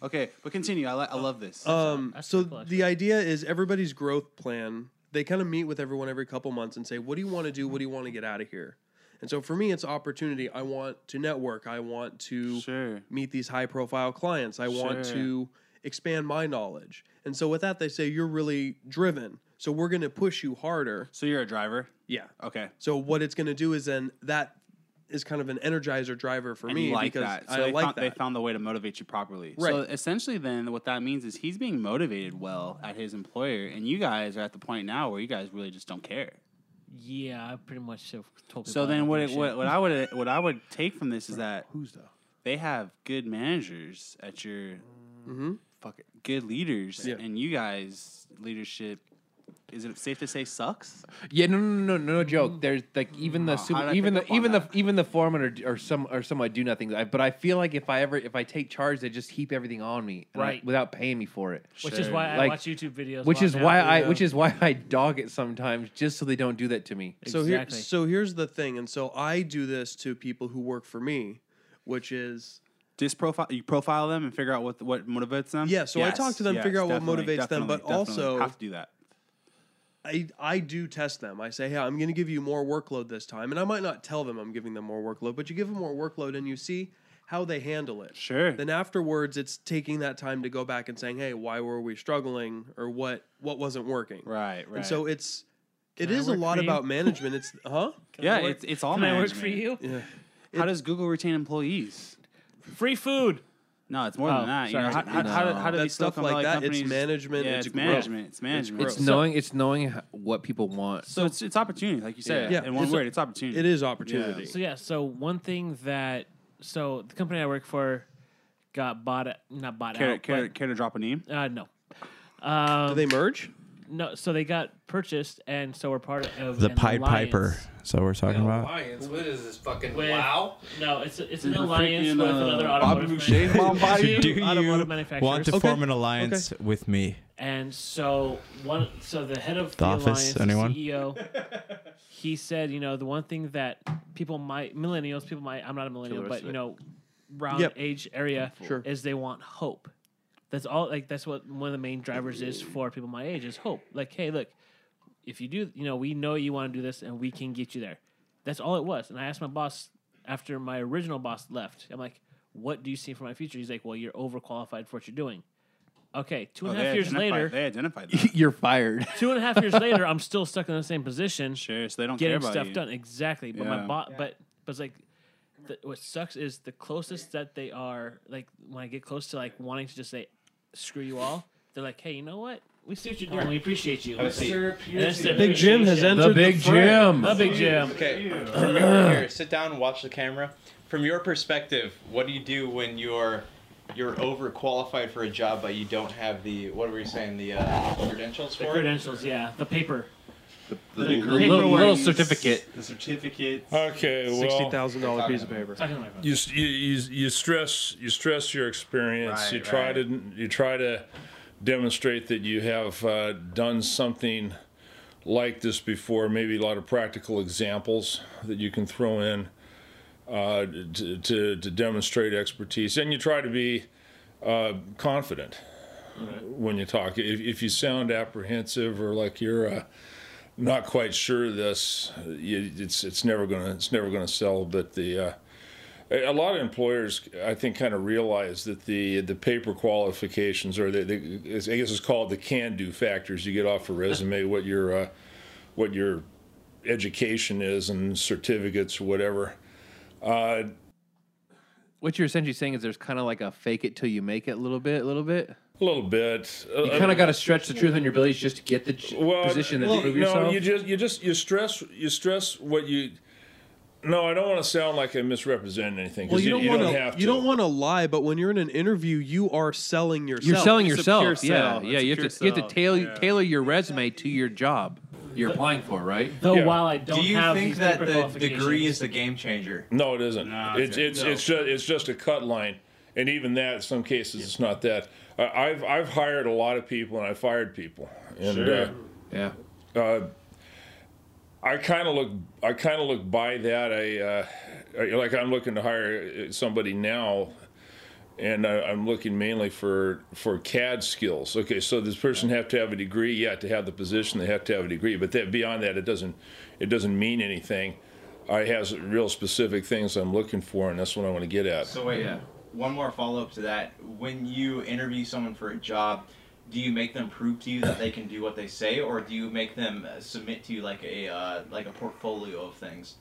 Okay, but continue. I, li- I love this. Um, That's so pretty cool, the idea is everybody's growth plan. They kind of meet with everyone every couple months and say, "What do you want to do? What do you want to get out of here?" And so for me, it's opportunity. I want to network. I want to Sure. meet these high profile clients. I want Sure. to expand my knowledge. And so with that, they say you're really driven. So we're going to push you harder. so you're a driver. Yeah. Okay. So what it's going to do is then that is kind of an energizer driver for And me you like because that. So I they, like found, that. they found the way to motivate you properly. So Right. essentially, then what that means is he's being motivated well at his employer, and you guys are at the point now where you guys really just don't care. Yeah, I pretty much have told people. So I then, don't what do it, shit. what what I would what I would take from this is that Who's though? they have good managers at your Mhm. fuck it, good leaders, Yeah. and you guys leadership. Is it safe to say sucks? Yeah, no, no, no, no, no joke. There's like even the Wow, how did super, I even pick the up on even the that? even the foreman or, or some or some I do nothing. I, but I feel like if I ever if I take charge, they just heap everything on me and I- Right. without paying me for it. Which is Sure. why I Like- watch YouTube videos. which while is I'm why out, I you know? which is why *laughs* I dog it sometimes just so they don't do that to me. So exactly. here, so here's the thing, and so I do this to people who work for me, which is Disprofile you profile them and figure out what what motivates them. Yeah, so I talk to them, figure out what motivates them, but definitely. also- have to do that. I I do test them. I say, hey, I'm going to give you more workload this time, and I might not tell them I'm giving them more workload, but you give them more workload, and you see how they handle it. Sure. Then afterwards, it's taking that time to go back and saying, hey, why were we struggling, or what what wasn't working, right, right. And so it's it Can I is a work lot for you? about management. It's huh? Can I yeah, work- it's it's all Can I work management. for you? Yeah. How does Google retain employees? Free food. No, it's more Oh, than that. You sorry. know, how, how, how, do- how do That's these still stuff come like about, that, it's companies- management, Yeah, it's it's, growth. management. It's management. It's knowing it's knowing h- what people want. So it's it's opportunity, like you said. Yeah. in one It's- word, it's opportunity. It is opportunity. So yeah, so one thing that so the company I work for got bought not bought Care, out. care, care to drop a name? but, uh, no. Um, Do they merge? no, so they got purchased, and so we're part of the an Pied alliance. Piper. So we're talking about. What is this fucking With, No, it's a, it's an Freaking, alliance with uh, another Bobby automotive Boucher's manufacturer. mom body? Two *laughs* Do you automotive want manufacturers. to Okay. form an alliance with me? And so one, so the head of the, office, alliance, anyone? the CEO, he said, you know, the one thing that people might, millennials, people might, I'm not a millennial, rest but of you it. know, round Yep. age area, Sure. is they want hope. That's all. Like that's what one of the main drivers is for people my age is hope. Like, hey, look, if you do, you know, we know you want to do this, and we can get you there. That's all it was. And I asked my boss after my original boss left. I'm like, what do you see for my future? He's like, well, you're overqualified for what you're doing. Okay, two Oh, and a they half years identified- later, they identified that. You're fired. two and a half years later, I'm still stuck in the same position, sure, so they don't care getting about stuff you. done. Exactly, but my Yeah. bot, but but it's like, the, what sucks is the closest that they are. Like when I get close to like wanting to just say, "Screw you all," they're like, "Hey, you know what? We see what you're doing. We appreciate you." Let's see. And that's the Big Jim has appreciation. entered the fray. The big Jim. Okay, from your, *clears throat* here, sit down, watch the camera. From your perspective, what do you do when you're you're overqualified for a job, but you don't have the what were you saying the uh, credentials The for it? credentials, yeah, the paper. The Hey, degree, little- where little you- certificate. The certificate. Okay, well, Sixty thousand dollar piece of paper. Talking to my phone. you, s- you you you stress you stress your experience. Right, you try right. to you try to demonstrate that you have uh, done something like this before. Maybe a lot of practical examples that you can throw in uh, to, to to demonstrate expertise, and you try to be uh, confident when you talk. If, if you sound apprehensive or like you're uh, not quite sure of this, you, it's it's never gonna it's never gonna sell. But the uh, a a lot of employers, I think, kind of realize that the the paper qualifications or the, the it's- I guess it's called the can-do factors you get off a resume, what your uh, what your education is and certificates or whatever. Uh, What you're essentially saying is there's kind of like a fake it till you make it a little bit, a little bit. a little bit. Uh, You kind of got to stretch the truth on your abilities just to get the j- position that well, you prove no, yourself. you just you just you stress you stress what you. No, I don't want to sound like I misrepresent anything. 'cause Well, you don't want have to. You don't want to lie, but when you're in an interview, you are selling yourself. You're selling It's a yourself. pure yeah, sell. yeah. It's a You have, pure to, you have sell. to tailor, Yeah. tailor your resume to your job you're applying for, right? Though Yeah. while I don't Do you have think these that paper the degree qualifications- is the game changer? No, it isn't. No, it's it's- it's it's just it's just a cut line, and even that, in some cases, it's not that. Uh, I've I've hired a lot of people and I fired people, and Sure. Yeah. uh, uh, I kind of look I kind of look by that. I, uh, I like I'm looking to hire uh, somebody now. And I, I'm looking mainly for, for CAD skills. Okay, so this person have to have a degree, yeah, to have the position, they have to have a degree. But that beyond that, it doesn't it doesn't mean anything. I have real specific things I'm looking for, and that's what I want to get at. So wait, one more follow up to that. When you interview someone for a job, do you make them prove to you that they can do what they say, or do you make them uh, submit to you like a uh, like a portfolio of things?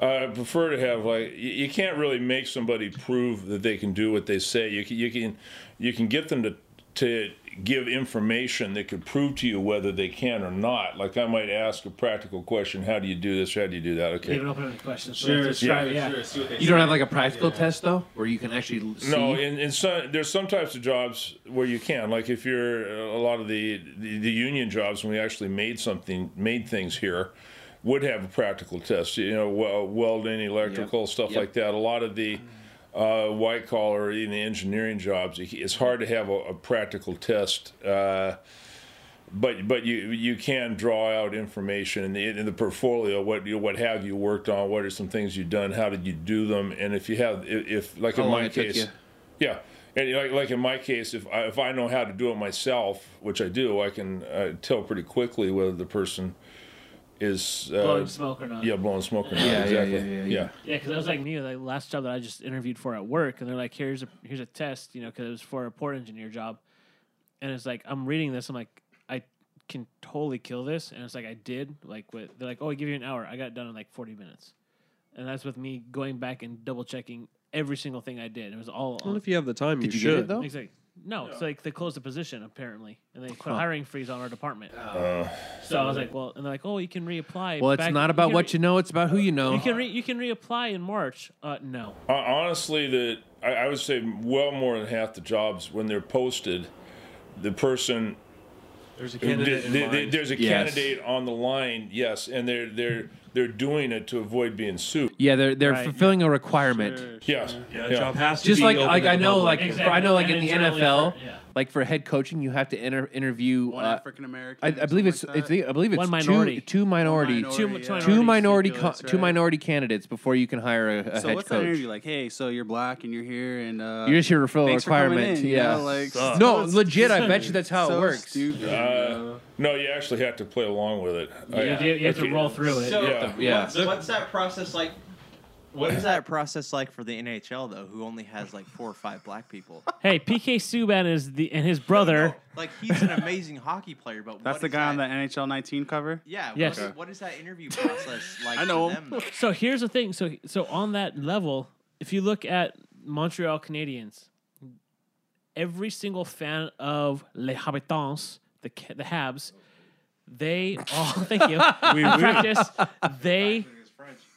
I prefer to have like y- you can't really make somebody prove that they can do what they say. You can you can you can get them to to give information that could prove to you whether they can or not. Like I might ask a practical question: How do you do this? How do you do that? Leave Okay. it open to questions. Sure, Let's sure, try it, yeah. sure. See what they You don't have like a practical test though, where you can actually l- see. No, and, and some, there's some types of jobs where you can. Like if you're uh, a lot of the, the the union jobs, when we actually made something, made things here, would have a practical test. You know, wel- welding, electrical, stuff Yep. like that. A lot of the uh, white collar, even the engineering jobs, it- it's hard to have a, a practical test. Uh, but but you you can draw out information in the, in the portfolio what you what have you worked on what are some things you've done how did you do them and if you have if, if like How in long my it took case you. yeah and like like in my case if I, if I know how to do it myself which I do I can uh, tell pretty quickly whether the person is uh, Blowing smoke or not. yeah blowing smoke or not yeah, exactly yeah, yeah, yeah. Yeah, because I was like me, the last job that I just interviewed for at work, and they're like, "Here's a here's a test," you know, because it was for a port engineer job, and it's like I'm reading this, I'm like, I can totally kill this, and it's like I did, like with they're like, "Oh, I give you an hour," I got it done in like 40 minutes, and that's with me going back and double checking every single thing I did. It was all Well, on if you have the time, Did you you get should. it though? Exactly. No, it's like they closed the position apparently, and they put a hiring freeze on our department. so I was like, well, and they're like, oh, you can reapply. Well, it's back- not about can what you know; it's about who you know. You can re- you can reapply in March. Uh, no. Hon- Honestly, the I, I would say well more than half the jobs when they're posted, the person There's a There- there- there's a Yes. candidate on the line, yes, and they're they're they're doing it to avoid being sued. yeah, they're they're Right. fulfilling a requirement. Yes, Yeah, the job has to Just be like open like to the I know public. like for, I know like And in the internally NFL, for- yeah. like for head coaching, you have to enter, interview. One uh, African American. I, I believe it's I, think, I believe it's One two- minority. two, minority, two minority, Two- yeah. Minority two minority co- Ridiculous, two right? minority candidates before you can hire a, a So head what's that coach. interview like? Hey, so you're black and you're here, and uh, You're just your referral thanks for coming requirement. in, you yeah. know, like, Sucks. *laughs* no, so legit. I bet you that's how it so works. Stupid, uh, no, you actually have to play along with it. You, do- you have to roll through it. So Yeah. Yeah. What's, what's that process like What is that process like for the NHL though, who only has like four or five *laughs* black people? Hey, PK Subban is the and his brother. Like he's an amazing hockey player, but That's what the is guy on the that- NHL 19 cover. Yeah. Yes. What, is, what is that *laughs* interview process like? I know for him. them, though? So here's the thing. So so on that level, if you look at Montreal Canadiens, every single fan of Les Habitants, the Ca- the Habs, they all *laughs* thank you. we practice. They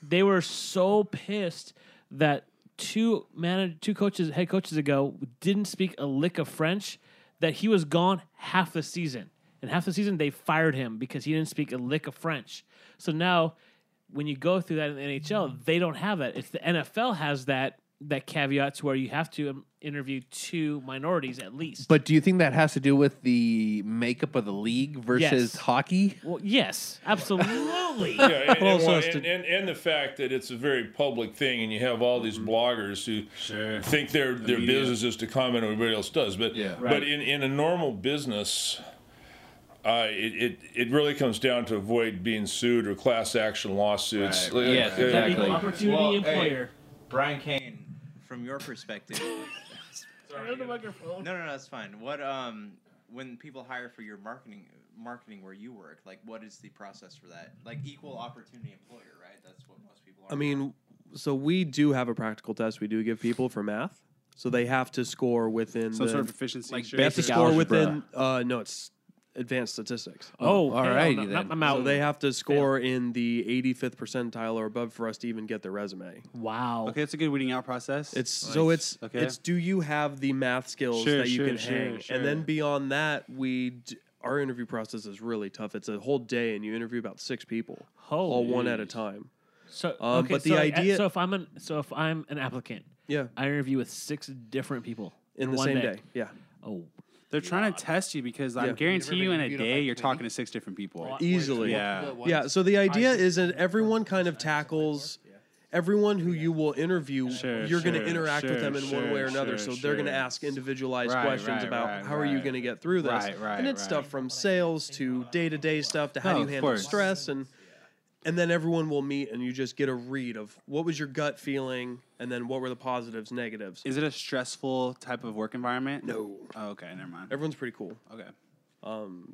they were so pissed that two manag two coaches, head coaches ago, didn't speak a lick of French. That he was gone half the season, and half the season they fired him because he didn't speak a lick of French. So now, when you go through that in the NHL, they don't have that. It's the NFL has that that caveat to where you have to um, interview two minorities at least. But do you think that has to do with the makeup of the league versus Yes. hockey? well, yes, absolutely. Yeah, and, and, also well, has to- and- and- and the fact that it's a very public thing, and you have all these Mm-hmm. bloggers who think their their media. business is to comment on what everybody else does. But Yeah. but in, in a normal business, uh, it, it it really comes down to avoid being sued or class action lawsuits. Right, right, Like, yes, uh, exactly. Equal opportunity Well, hey. employer. Brian Kane, from your *laughs* perspective. Turn the microphone. No, no, no, that's fine. What um when people hire for your marketing marketing where you work, like what is the process for that? Like equal opportunity employer, right? That's what most people are. I mean, so we do have a practical test we do give people for math. So they have to score within Some the, sort of proficiency. Like they have to basic score algebra. within uh, no, it's advanced statistics. Oh, All hell righty no, then. I'm- I'm out. So they have to score in the 85th percentile or above for us to even get their resume. wow. Okay, that's a good weeding out process. It's so it's Okay. it's do you have the math skills Sure, that you sure, can sure, hang? sure. And then beyond that, we d- our interview process is really tough. It's a whole day, and you interview about six people, all Holy. one at a time. So Um, okay, but the so, like, idea- so if I'm an so if I'm an applicant, Yeah, I interview with six different people in the one same day. Yeah, Oh, They're trying to test you because I Yeah. guarantee you in a day you're talking to six different people. easily. Yeah. Yeah, so the idea is that everyone kind of tackles everyone who you will interview, Sure, you're going sure, to interact sure, with them in one sure, way or another. sure, so they're going to sure. ask individualized Right, questions right, about right, how are you right. going to get through this? Right, right, and it's right. stuff from sales to day to day stuff to how No, do you of handle course. stress and and then everyone will meet and you just get a read of what was your gut feeling and then what were the positives, negatives. Is it a stressful type of work environment? No. Oh, okay, never mind. Everyone's pretty cool. Okay.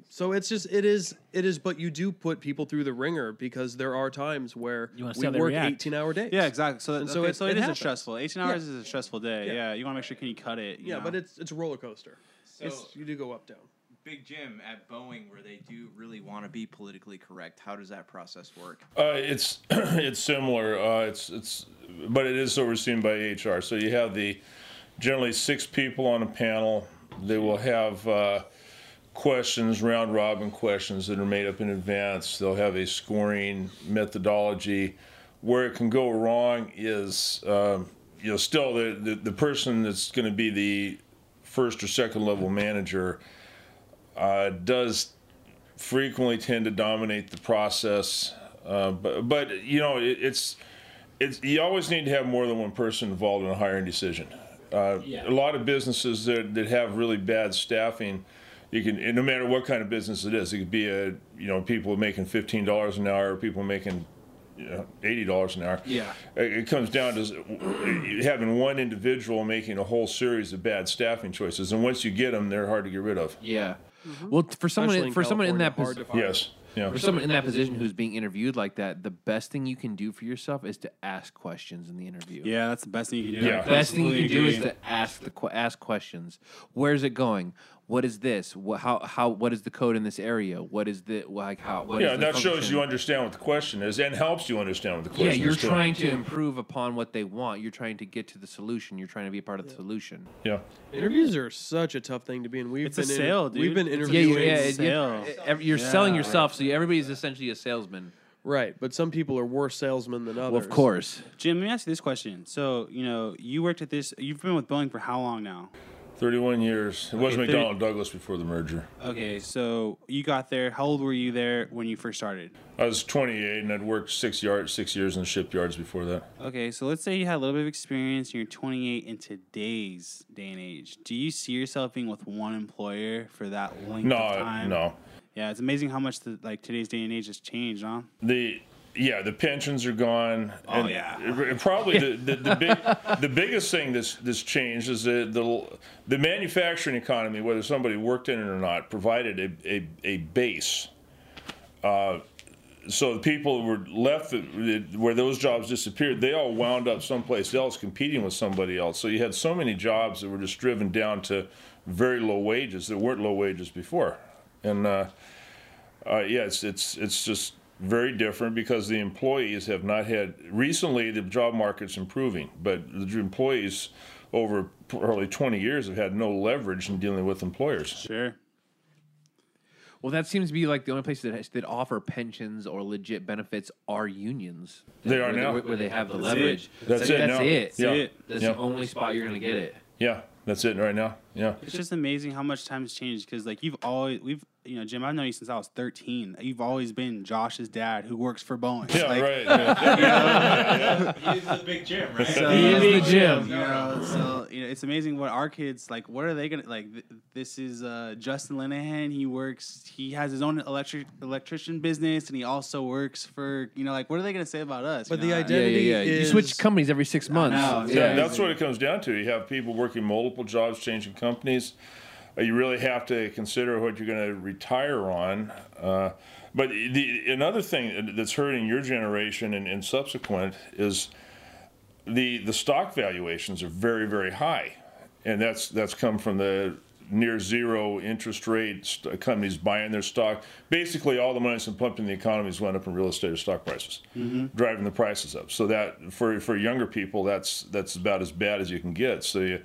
So it's just it is it is but you do put people through the ringer because there are times where You wanna see we how they work react. 18 hour days. Yeah, exactly. So, And okay, so so, it- it it is happens. a stressful. 18 hours is a stressful day. Yeah. You want to make sure can you cut it? you Yeah, know? but it's it's a roller coaster. it's, you do go up down. Big Jim at Boeing, where they do really want to be politically correct. How does that process work? Uh, it's *clears throat* it's similar. Uh, it's it's but it is overseen by HR. So you have the generally six people on a panel. They will have uh, questions, round robin questions that are made up in advance. They'll have a scoring methodology. Where it can go wrong is um, you know still the the, the person that's going to be the first or second level manager uh, does frequently tend to dominate the process. Uh, but, but you know, it, it's it's you always need to have more than one person involved in a hiring decision. Uh, A lot of businesses that, that have really bad staffing, you can and no matter what kind of business it is, it could be a you know people making fifteen dollars an hour, people making you know, eighty dollars an hour. Yeah. it, it comes down to s- having one individual making a whole series of bad staffing choices, and once you get them, they're hard to get rid of. Yeah. Well, t- for Especially someone for someone in California, that position. hard to find. Yes, yeah. for someone in that position who's being interviewed like that, the best thing you can do for yourself is to ask questions in the interview. yeah, that's the best thing you can do. Yeah. I Best thing you can do completely is to ask the que- ask questions. Where's it going? What is this? What, how how what is the code in this area? What is the like how? What is Yeah, the that shows function? you understand what the question is and helps you understand what the question Yeah, is. you're too. trying to improve upon what they want. You're trying to get to the solution. You're trying to be a part of the solution. Yeah. Interviews are such a tough thing to be in. We've It's a been in- sale, dude. We've been It's a Yeah, interviewing yeah, yeah, It's a yeah. sale. Ev- You're selling Yeah. yourself, so everybody's essentially a salesman. right, but some people are worse salesmen than others. Well, of course. Jim, let me ask you this question. So, you know, you worked at this, you've been with Boeing for how long now? 31 years. It was Okay, thirty- McDonnell Douglas before the merger. Okay, so you got there. How old were you there when you first started? I was 28 and I'd worked six yards, six years in the shipyards before that. Okay, so let's say you had a little bit of experience and you're 28 in today's day and age. Do you see yourself being with one employer for that length No, of time? no. Yeah, it's amazing how much the, like today's day and age has changed, huh? The yeah, the pensions are gone. Oh, and yeah. and probably the, the, the *laughs* big the biggest thing that's that's changed is the the, the manufacturing economy, whether somebody worked in it or not, provided a a, a base. Uh, so the people who were left that- where those jobs disappeared, they all wound up someplace else competing with somebody else. So you had so many jobs that were just driven down to very low wages that weren't low wages before, and. Uh, uh, yeah, it's it's it's just very different because the employees have not had recently the job market's improving, but the employees over probably 20 years have had no leverage in dealing with employers. Sure. Well, that seems to be like the only places that has- that offer pensions or legit benefits are unions. They are where now. where they have the it. leverage. That's So it. That's now. it. Yeah. it. That's Yeah. the only spot you're gonna get it. yeah, that's it right now. Yeah. It's just amazing how much time has changed because, like, you've always, we've, you know, Jim, I've known you since I was 13. You've always been Josh's dad who works for Boeing. Yeah, like, right. yeah. He's the big Jim, *laughs* right? He is the Jim. You know, so you know, it's amazing what our kids like. What are they gonna like? Th- this is uh, Justin Linehan. He works. He has his own electric electrician business, and he also works for you know. Like, what are they gonna say about us? But you the know? identity yeah, yeah. is You switch companies every six months. know, it's Yeah, Yeah. that's what it comes down to. You have people working multiple jobs, changing companies. Uh, You really have to consider what you're going to retire on. Uh, but the, another thing that's hurting your generation and, and subsequent is the the stock valuations are very very high, and that's that's come from the near zero interest rate st- companies buying their stock. Basically, all the money that's been pumped in the economy has went up in real estate or stock prices, driving the prices up. So that for for younger people, that's that's about as bad as you can get. So you.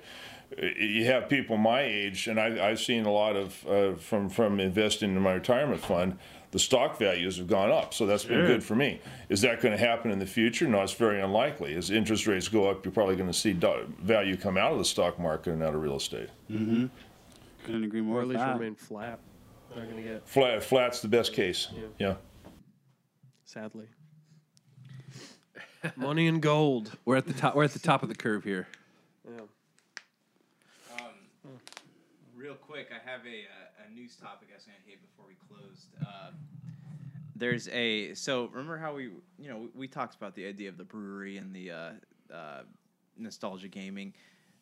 You have people my age, and I, I've seen a lot of uh, from from investing in my retirement fund. The stock values have gone up, so that's been good for me. Is that going to happen in the future? No, it's very unlikely. As interest rates go up, you're probably going to see do- value come out of the stock market and out of real estate. couldn't agree more. or at With least that. remain flat. They're gonna get Flat, flat's the best case. Yeah. sadly. Money and gold. We're at the top. We're at the top of the curve here. Real quick, I have a, a news topic I was going to hit before we closed. uh, there's a so remember how we you know we, we talked about the idea of the brewery and the uh, uh, nostalgia gaming.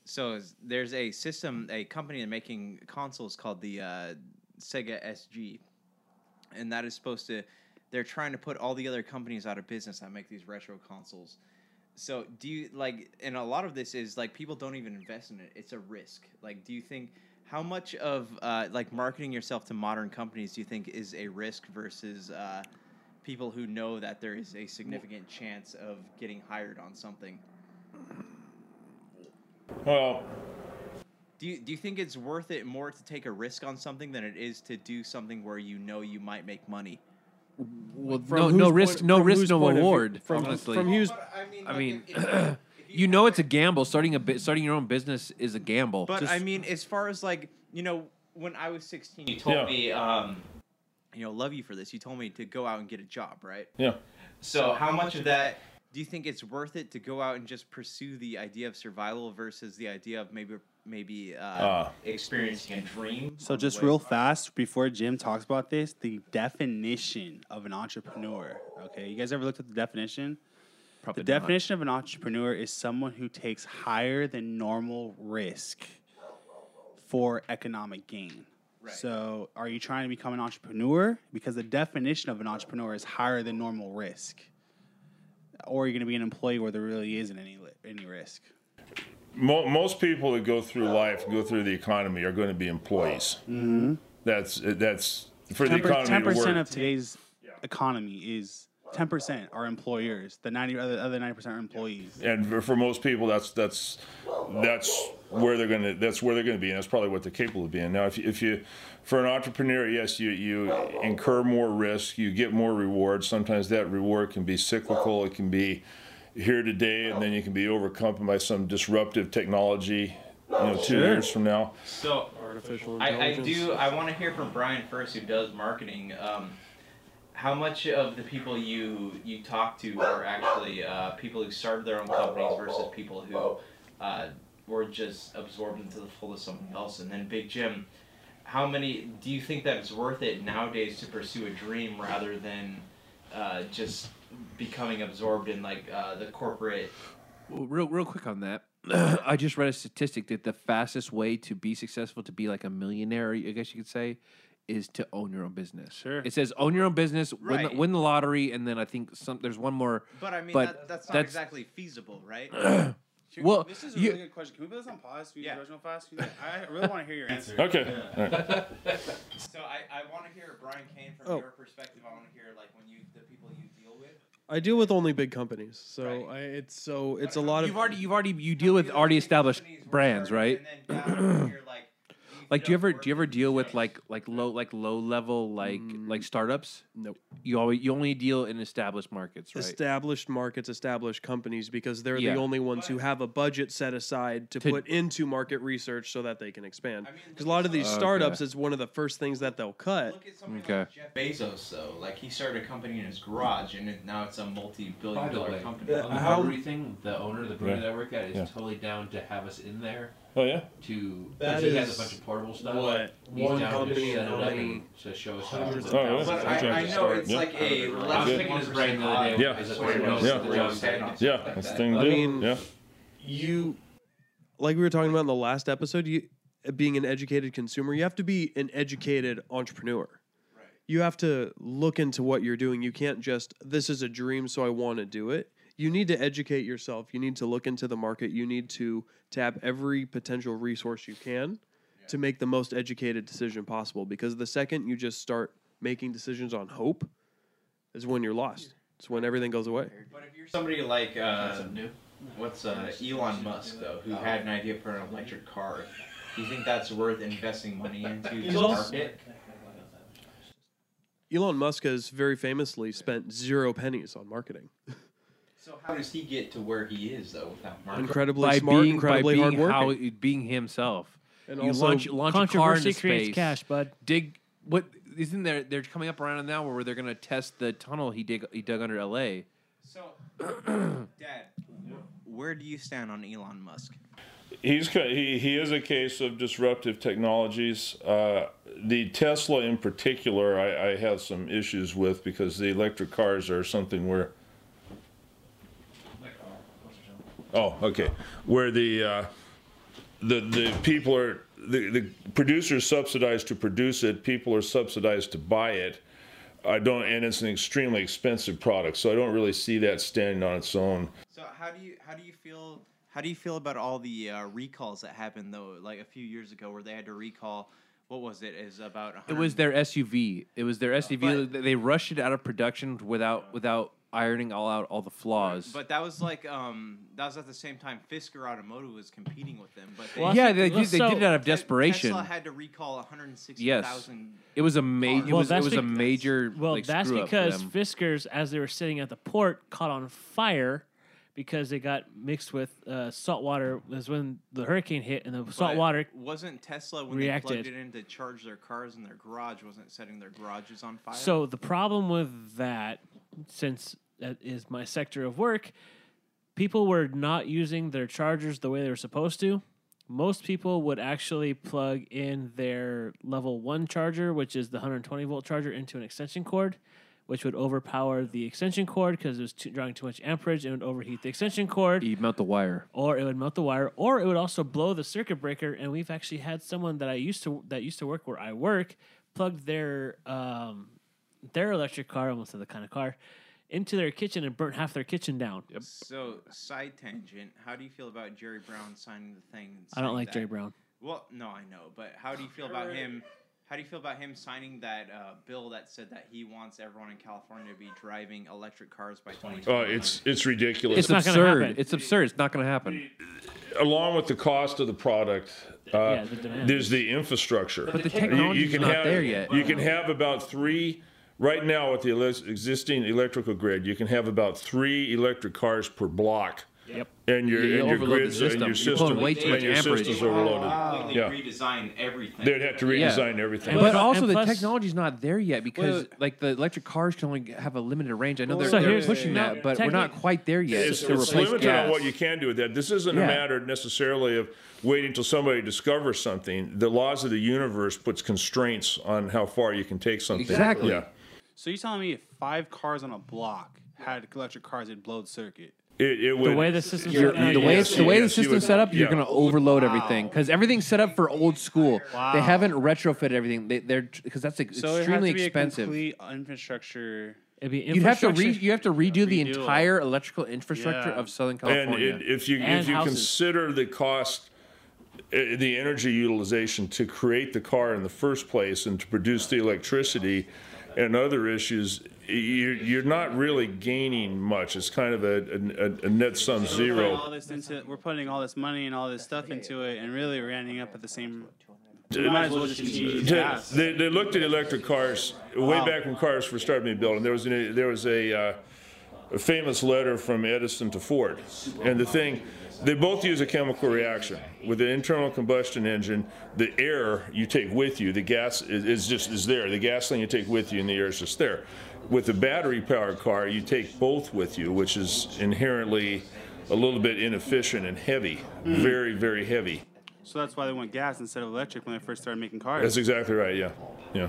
So is- there's a system, a company that making consoles called the uh, Sega SG, and that is supposed to. They're trying to put all the other companies out of business that make these retro consoles. So do you like? And a lot of this is like people don't even invest in it. It's a risk. Like, do you think? How much of uh, like marketing yourself to modern companies do you think is a risk versus uh, people who know that there is a significant chance of getting hired on something? Well, Do you, do you think it's worth it more to take a risk on something than it is to do something where you know you might make money? Well, From no, whose no point- risk, no from risk, whose no point of view- reward. From, honestly, from Hughes, mean, I like, mean, if- you know it's a gamble. Starting a bit, starting your own business is a gamble. But Just- I mean, as far as like you know, when I was sixteen, you told Yeah. me, um, you know, love you for this. You told me to go out and get a job, right? yeah. So how much of that do you think it's worth it to go out and just pursue the idea of survival versus the idea of maybe maybe uh, Ah. experiencing a dream? So on the just way? real fast before Jim talks about this, the definition of an entrepreneur. Okay, you guys ever looked at the definition? Probably the definition of an entrepreneur is someone who takes higher than normal risk for economic gain. So, are you trying to become an entrepreneur? Because the definition of an entrepreneur is higher than normal risk, or you're going to be an employee where there really isn't any li- any risk. Mo- most people that go through life, go through the economy, are going to be employees. Mm-hmm. That's that's for the economy Ten to work. percent of today's economy is ten percent are employers. The ninety other other ninety percent are employees. and for- for most people that's that's that's where they're gonna that's where they're gonna be and that's probably what they're capable of being now if you, if you for an entrepreneur yes you you incur more risk you get more reward sometimes that reward can be cyclical it can be here today and then you can be overcome by some disruptive technology you know two years from now So artificial I, I intelligence. do. I want to hear from Brian first, who does marketing. Um, how much of the people you you talk to are actually uh, people who started their own companies versus people who uh, were just absorbed into the fold of something else? And then Big Jim, how many do you think that it's worth it nowadays to pursue a dream rather than uh, just becoming absorbed in like uh, the corporate. Well, real real quick on that. *clears throat* I just read a statistic that the fastest way to be successful, to be like a millionaire, I guess you could say, is to own your own business. Sure. It says own your own business, win, Right. the, win the lottery, and then I think some there's one more. But I mean, But that, that's not that's- exactly feasible, right? Sure, Well, this is a you- really good question. Can we put this on pause? Can we Yeah. yeah. fast? Can we- I really want to hear your answer. Okay. All right. so I, I want to hear Brian Kane from Oh. your perspective. I want to hear like when you the people you deal with. I deal with only big companies, so Right. I, it's so it's a lot of You've already you've already you deal These with are already big established companies where brands, you're- right? and then down when you're, *clears throat* like, Like, do you ever do you ever working deal with yourself. like like low like low level like like startups? Nope. You always you only deal in established markets, right? established markets, established companies, because they're Yeah. the only ones who have a budget set aside to, To- put into market research so that they can expand. I mean, Because a lot of these Oh, Okay. startups, it's one of the first things that they'll cut. Look at somebody Okay. like Jeff Bezos though. Like he started a company in his garage, and it- now it's a multi-billion dollar company. Yeah, on the how- brewery thing, the owner of the brewery Yeah. that I work at is Yeah. totally down to have us in there Oh yeah. to. That he has is a bunch of portable stuff. what He's one down company to set and it up how and many to show us how to hundreds do it. of Oh, yeah. But That's what I, I'm I just know starting. it's Yeah. like a I less was Good. picking his brain the other day. Yeah. because that's Yeah. where he knows Yeah. the job stand on. Yeah, that's the thing to I do. mean- yeah. you like we were talking about in the last episode you being an educated consumer you have to be an educated entrepreneur you have to look into what you're doing you can't just this is a dream so i want to do it you need to educate yourself you need to look into the market you need to tap every potential resource you can to make the most educated decision possible because the second you just start making decisions on hope is when you're lost it's when everything goes away But if you're somebody like uh, what's uh, Elon Musk though, who had an idea for an electric car, do you think that's worth investing money into the also- market? Elon Musk has very famously spent zero pennies on marketing. So how does he get to where he is though without marketing? Incredibly by smart, being incredibly by hard being how working. he- being himself. And you also- launch launch a car Controversy into creates space. cash, bud. Dig what isn't there? They're coming up around now where they're going to test the tunnel he dig he dug under L.A. So, Dad, where do you stand on Elon Musk? he's ca- he, he is a case of disruptive technologies. Uh, the Tesla in particular, I, I have some issues with because the electric cars are something where. Oh, okay. Where the uh, the the people are the, the producers subsidized to produce it, people are subsidized to buy it. I don't, and it's an extremely expensive product, so I don't really see that standing on its own. So how do you how do you feel how do you feel about all the uh, recalls that happened though? Like a few years ago, where they had to recall what was it? Is about It was their SUV. It was their SUV. They- they rushed it out of production without without ironing all out all the flaws. But that was like um that was at the same time Fisker Automotive was competing with them, but they, Well, yeah, they, Well, did- they so- did it out of Te- desperation. Tesla had to recall 160,000. It was a major. It Well, was, it that's was a bec- major. Well, like, that's screw up for because them. Fiskars, as they were sitting at the port, caught on fire because they got mixed with uh, salt water. Was when the hurricane hit, and the salt But water. wasn't Tesla when they reacted. plugged it in to charge their cars in their garage wasn't setting their garages on fire. So the problem with that, since that is my sector of work, people were not using their chargers the way they were supposed to. Most people would actually plug in their level one charger, which is the 120 volt charger, into an extension cord, which would overpower the extension cord because it was too, drawing too much amperage and would overheat the extension cord you melt the wire. or it would melt the wire, or it would also blow the circuit breaker. And we've actually had someone that I used to that used to work where I work plugged their um, their electric car, almost to the kind of car, into their kitchen and burnt half their kitchen down. So, side tangent, how do you feel about Jerry Brown signing the thing? and I don't saying like that- Jerry Brown. Well, no, I know, but how do you feel about him? How do you feel about him signing that uh, bill that said that he wants everyone in California to be driving electric cars by 2020? Oh, it's it's ridiculous. It's, not gonna absurd. happen. It's absurd. It's not going to happen. along with the cost of the product, uh, Yeah, the demand. there's the infrastructure. But the You- technology's not have, there yet. You can have about three. Right now, with the ele- existing electrical grid, you can have about three electric cars per block. Yep. And your You and your overload the grids and system. your You're system pulling way too and much your amperage. system's overloaded. completely Yeah. redesign everything. They'd have to Yeah. redesign everything. And But plus- also, and the plus- technology's not there yet because, Well- like, the electric cars can only have a limited range. I know they're, So they're here's- pushing no, that, but we're not technic- quite there yet. it's, to it's replace limited gas. on what you can do with that. This isn't Yeah. a matter necessarily of waiting till somebody discovers something. The laws of the universe puts constraints on how far you can take something. Exactly. Yeah. So you're telling me if five cars on a block had electric cars, it'd blow the circuit. It, it would, The way the system's You're- set up, the The way, Yes, the way the yes, you system's would- set up, you're yeah. going to overload everything because everything's set up for old school. They Wow. haven't retrofitted everything. They, they're because that's ex- So extremely it has to be expensive. A complete infrastructure. it'd be You'd have to re- infrastructure. you have to redo the Redo it. entire electrical infrastructure Yeah. of Southern and California. it, if you And if you houses. consider the cost, eh, the energy utilization to create the car in the first place and to produce the electricity, and other issues, you, you're not really gaining much. It's kind of a, a, a net sum We're putting all zero. this into. We're putting all this money and all this stuff into it, and really we're ending up at the same. Uh, We might as well just continue to They, gas. they, they looked at electric cars way back when cars first started being built, and there was an, there was a, uh, a famous letter from Edison to Ford, and the thing. They both use a chemical reaction. With an internal combustion engine, the air you take with you, the gas is, is just is there. The gasoline you take with you, and the air is just there. With a battery-powered car, you take both with you, which is inherently a little bit inefficient and heavy, Mm-hmm. very very heavy. So that's why they went gas instead of electric when they first started making cars. That's exactly right. Yeah, yeah.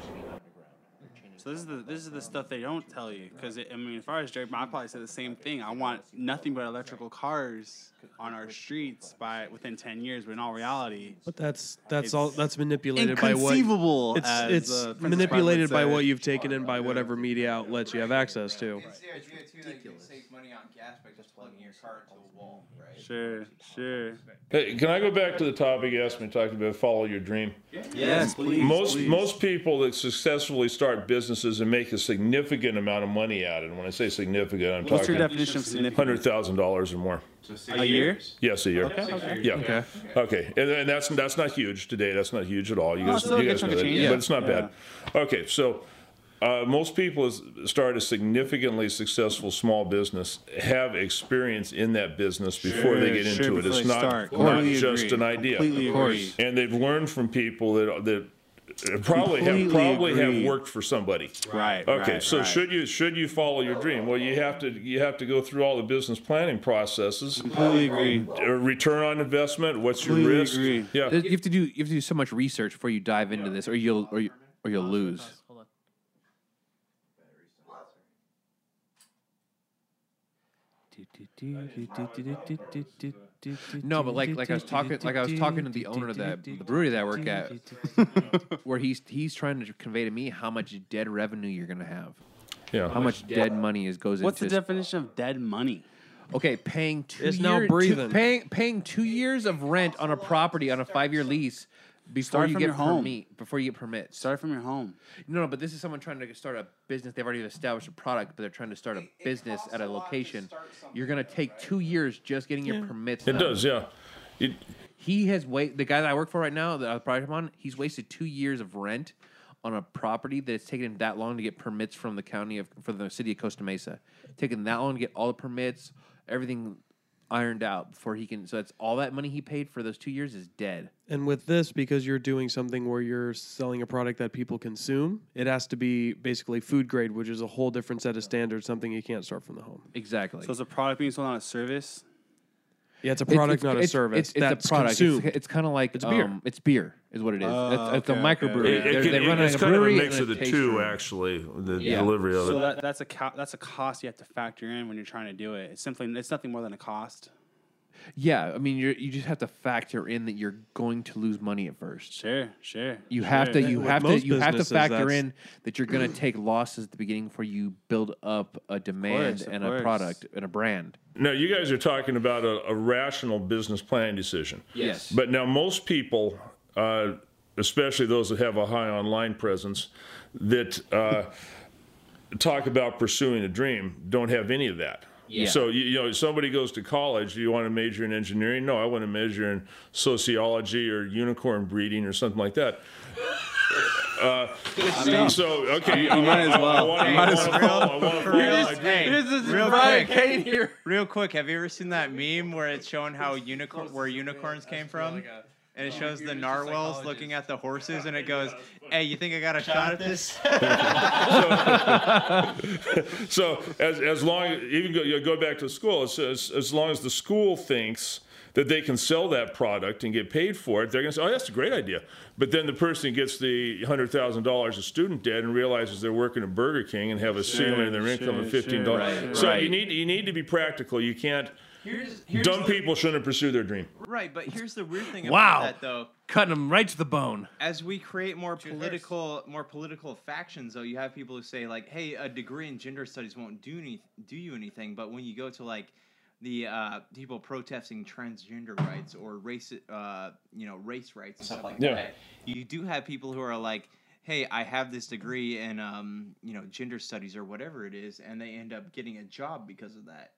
So this is the this is the stuff they don't tell you because I mean, as far as Jerry, I probably said the same thing. I want nothing but electrical cars on our streets by within ten years. But in all reality, But that's that's all that's manipulated by what inconceivable. it's as, it's uh, Princess manipulated by Bride would what say. you've taken in by whatever media outlets you have access to. It's the idea too that you can save money on gas by just plugging your car into a wall, right? Sure, sure. Hey, can I go back to the topic you asked me to talk about? Follow your dream. Yes, please. most most people that successfully start businesses and make a significant amount of money at it. And when I say significant, I'm What's your talking definition of significant? hundred thousand dollars or more. A year? Yes, a year. Yeah. Okay. Okay. And, and that's that's not huge today. That's not huge at all. You Oh, guys, it's still a you good guys know chunk of that. change. But Yeah. it's not bad. Okay. So uh, most people is, start a significantly successful small business, have experience in that business before they get into sure, it. before It's they not, start. not Completely just agree. an idea Completely agree. and they've learned from people that that probably have Completely probably have agree. worked for somebody. Right. Okay, right, so right. should you should you follow your dream? Well, you have to you have to go through all the business planning processes. completely agree. Uh, Return on investment. What's your Completely risk? agree. Yeah. you have to do you have to do so much research before you dive into this, or you'll or you, or you'll lose. Hold on. No, but like like I was talking like I was talking to the owner of the, the brewery that I work at, where he's he's trying to convey to me how much dead revenue you're gonna have, Yeah. how much dead money is goes What's the into. definition of dead money? okay, paying two It's now year, two- breathing. paying paying two years of rent on a property on a five year lease before Start you from get your home. permit before you get permits. Start from your home. No, no, but this is someone trying to start a business. They've already established a product, but they're trying to start a business at a location. You're gonna take two years just getting your permits. It done. does. Yeah. It, He has wait. The guy that I work for right now, that I project him on, he's wasted two years of rent on a property that it's taken him that long to get permits from the county of for the city of Costa Mesa. Taken that long to get all the permits, everything ironed out before he can. So that's all that money he paid for those two years is dead. And with this, because you're doing something where you're selling a product that people consume, it has to be basically food grade, which is a whole different set of standards. Something you can't start from the home. Exactly. So it's a product being sold on a service. Yeah, it's a product, it's, not a it's- service. It's, it's That's a product. consumed. It's, *laughs* it's kind of like It's it's beer. beer. it's beer is what it is. Oh, it's it's okay, a okay. microbrewery. it, it They're- can- they run it- it it's like a kind of a brewery and mix then of the a two, tasting. actually, the Yeah. delivery of So it. that, that's a co- that's a cost you have to factor in when you're trying to do it. It's simply it's nothing more than a cost. Yeah, I mean, you you just have to factor in that you're going to lose money at first. Sure, sure. You have to you With have to most you have to businesses, factor that's- in that you're going to *clears throat* take losses at the beginning before you build up a demand of and course. a product and a brand. Now, you guys are talking about a, a rational business planning decision. Yes. But now, most people, uh, especially those that have a high online presence, that uh, talk about pursuing a dream, don't have any of that. Yeah. So you, you know, somebody goes to college. Do you want to major in engineering? No, I want to major in sociology or unicorn breeding or something *laughs* like that. Uh, so okay, you might as well. I Might want as to follow. I want to follow my real dream. quick, Kane here. real quick, have you ever seen that meme where it's showing how unicorn where unicorns came from? And it shows the narwhals looking at the horses, *laughs* and it goes, "Hey, you think I got a shot at this?" So as as long even go, you go back to school, it's, as as long as the school thinks that they can sell that product and get paid for it, they're going to say, "Oh, that's a great idea." But then the person gets the hundred thousand dollars a student debt and realizes they're working at Burger King and have a ceiling in their income of sure, fifteen dollars. sure, so right. you need you need to be practical. You can't. Here's, Dumb people shouldn't pursue their dream. Right, but here's the weird thing about Wow. that though. Cutting them right to the bone. As we create more political, more political factions, though, you have people who say like, "Hey, a degree in gender studies won't do any, do you anything." But when you go to like the uh, people protesting transgender rights or race, uh, you know, race rights and stuff like Yeah. that, you do have people who are like, "Hey, I have this degree in, um, you know, gender studies or whatever it is," and they end up getting a job because of that.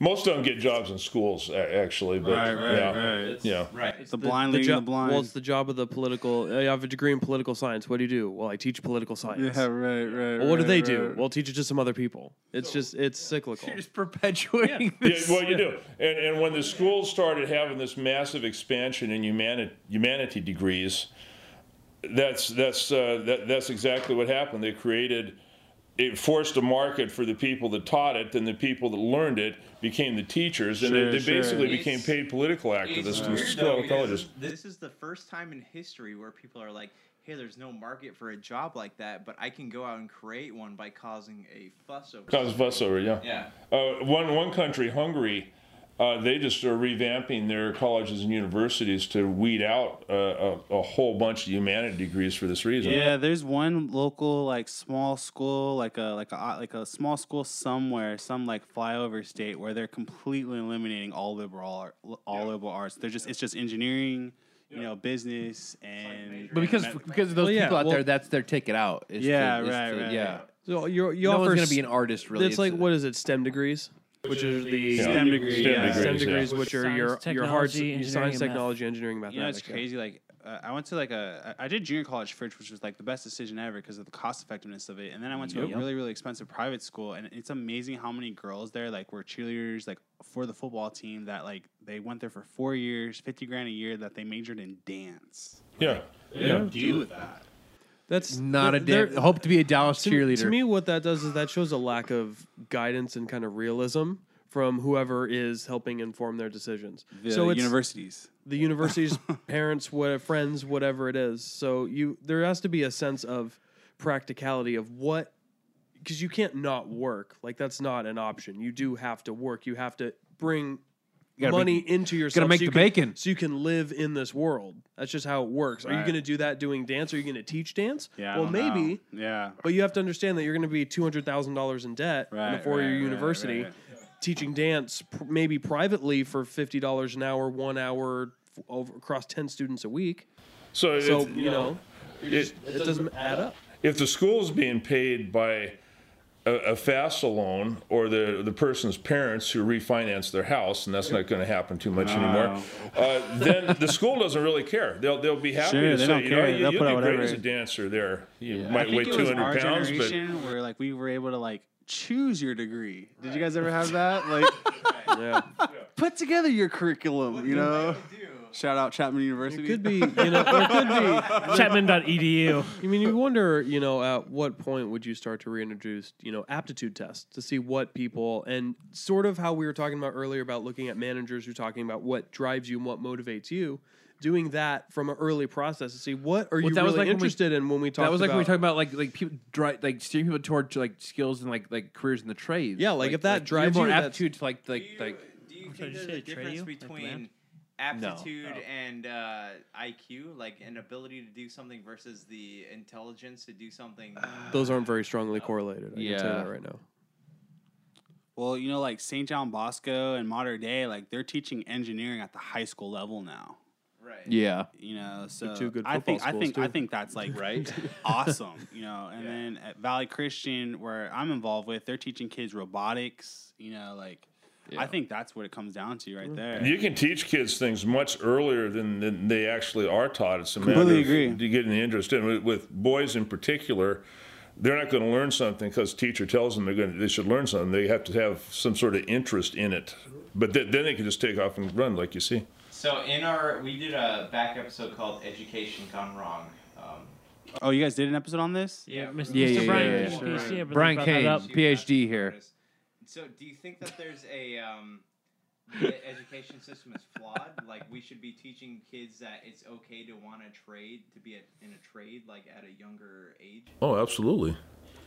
Most of them get jobs in schools, a- actually. But yeah, yeah. It's the blind leading jo- the blind. Well, it's the job of the political. I have a degree in political science. What do you do? Well, I teach political science. yeah, right, right. Well, what do right, they right. do? Well, teach it to some other people. It's just it's *laughs* cyclical. You're just perpetuating Yeah, this. well, you do. And, and when the schools started having this massive expansion in humani- humanity degrees, that's that's uh, that, that's exactly what happened. They created it forced a market for the people that taught it, then the people that learned it became the teachers, and Sure, they, they sure. basically It's- became paid political It's activists weird, with though, school because colleges. This is the first time in history where people are like, "Hey, there's no market for a job like that, but I can go out and create one by causing a fuss over." Cause fuss over, yeah. Yeah. Uh, one one country, Hungary, uh, they just are revamping their colleges and universities to weed out uh, a, a whole bunch of humanity degrees for this reason. Yeah, there's one local like small school, like a like a like a small school somewhere, some like flyover state where they're completely eliminating all liberal art, all liberal arts. They're just it's just engineering, you know, business and But because because of *laughs* those Well, yeah, people out well- there, that's their ticket out. is to- Yeah, is right, to- right, Yeah. right. So you're, you No offer one's gonna s- be an artist, really. It's like a- what is it? STEM degrees, which are the Yeah. STEM degrees. STEM yeah. STEM degrees, yeah. degrees, which are your Science, your hard s- technology, your engineering, science, and math. technology, engineering, You know, it's mathematics. yeah. crazy. Like uh, I went to like a I I did junior college first, which was like the best decision ever because of the cost effectiveness of it. And then I went to a really really expensive private school, and it's amazing how many girls there like were cheerleaders like for the football team that like they went there for four years, fifty grand a year that they majored in dance. Yeah. Yeah. Do with that. That's Not a they're- damn. Hope to be a Dallas to, cheerleader. To me, what that does is that shows a lack of guidance and kind of realism from whoever is helping inform their decisions. The so it's universities. the university's *laughs* parents, what friends, whatever it is. So you there has to be a sense of practicality of what because you can't not work. Like that's not an option. You do have to work. You have to bring gotta money into yourself. make so you the can- bacon. so you can live in this world. That's just how it works. Are you Right. going to do that doing dance? Are you going to teach dance? Yeah. I Well, don't know. maybe. Yeah. But you have to understand that you're going to be two hundred thousand dollars in debt in a Right, four-year right, right, university, right. teaching dance pr- maybe privately for fifty dollars an hour, one hour f- over, across ten students a week. So, So if, you know, it, it doesn't add up. if the school's being paid by a, a FAFSA loan or the, the person's parents who refinance their house, and that's not going to happen too much anymore, uh, then the school doesn't really care. They'll, they'll be happy Sure, to they say, don't you care. know, you, They'll you'll put out be great whatever- as a dancer there. You I might think weigh it was 200 our pounds, but. generation where like we were able to like choose your degree. Did you guys ever have *laughs* that? Like, put together your curriculum. You know. Shout out Chapman University. Could be, you know, there could Chapman.edu. be. I mean, you wonder, you know, at what point would you start to reintroduce, you know, aptitude tests to see what people and sort of how we were talking about earlier about looking at managers who talking about what drives you and what motivates you. Doing that from an early process to see what are you that was really like when we- interested in when we talked. that was like about, when we talked about like like people dri- like steering people toward like skills and like like careers in the trades. Yeah, like, if that you're drives more you, that's- aptitude to like like like do you sorry, think did you there's say a trade difference you? Like between land? aptitude and uh, IQ, like an ability to do something versus the intelligence to do something? Those aren't very strongly correlated. I can tell Yeah. you that right now. Well, you know, like St. John Bosco and modern day, like they're teaching engineering at the high school level now. right. yeah. You know, so two good I think I football think schools, I too. think that's like right awesome. You know, and then at Valley Christian, where I'm involved with, they're teaching kids robotics. You know, like I think that's what it comes down to right there. You can teach kids things much earlier than, than they actually are taught. It's a matter Completely of agree. you getting the interest in with, with boys in particular. They're not going to learn something because teacher tells them they're going. to They should learn something. They have to have some sort of interest in it. But th- then they can just take off and run, like you see. So in our, we did a back episode called "Education Gone Wrong." Um, Oh, you guys did an episode on this? Yeah, Mr. Yeah, yeah, Mr. Brian yeah, Kane, yeah. PhD, everything Brian brought that Kane, up. PhD here. So do you think that there's a um, the education system is flawed. Like we should be teaching kids that it's okay to want to trade, to be a, in a trade, like at a younger age. Oh, absolutely.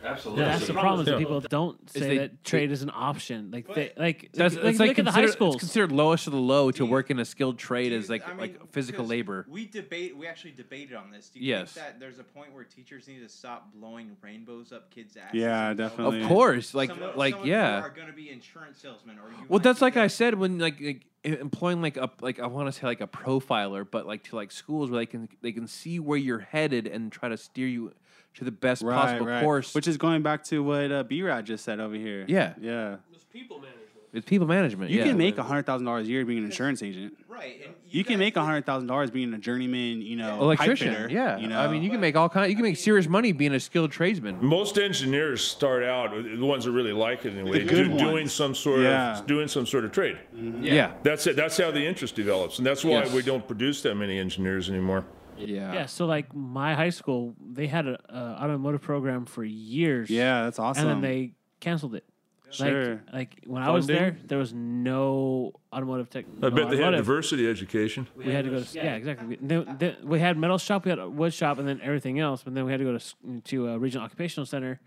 Absolutely. Yeah, that's the problem is that Yeah. people don't say they- that trade is an option. Like they like That's, like, it's look like at the high considered- schools. It's considered lowest of the low to Do you- work in a skilled trade Dude, as like I mean, like physical because labor. We debate. We actually debated on this. Do you Yes. think that there's a point where teachers need to stop blowing rainbows up kids' asses? Yeah, and tell definitely. them Of Yeah. course, like some of- like some of you yeah. are going to be insurance salesmen. Or you Well, might that's be like I this. said when like, like em- employing like a like I want to say like a profiler, but like to like schools where they can they can see where you're headed and try to steer you to the best possible course. Which is going back to what uh, B Rod just said over here. Yeah. Yeah. people management. it's people management. You yeah. can make $100,000 a year being an insurance agent. right. And You, can make guys think- $100,000 being a journeyman, you know, electrician. pipe fitter, yeah, You know, I mean you can make all kind. You can make serious money being a skilled tradesman. Most engineers start out uh, the ones that really like it anyway, The good do- doing ones. some sort Yeah. of doing some sort of trade. Yeah, yeah. That's it. That's how the interest develops, and that's why Yes. we don't produce that many engineers anymore. yeah, so like my high school, they had a, a automotive program for years. yeah, that's awesome. and then they canceled it. Sure. Like, like when I was there, Funding? there was no automotive tech. I bet they had diversity education. We had to go to yeah, exactly. We, then- then we had metal shop, we had a wood shop, and then everything else. But then we had to go to s- to a regional occupational center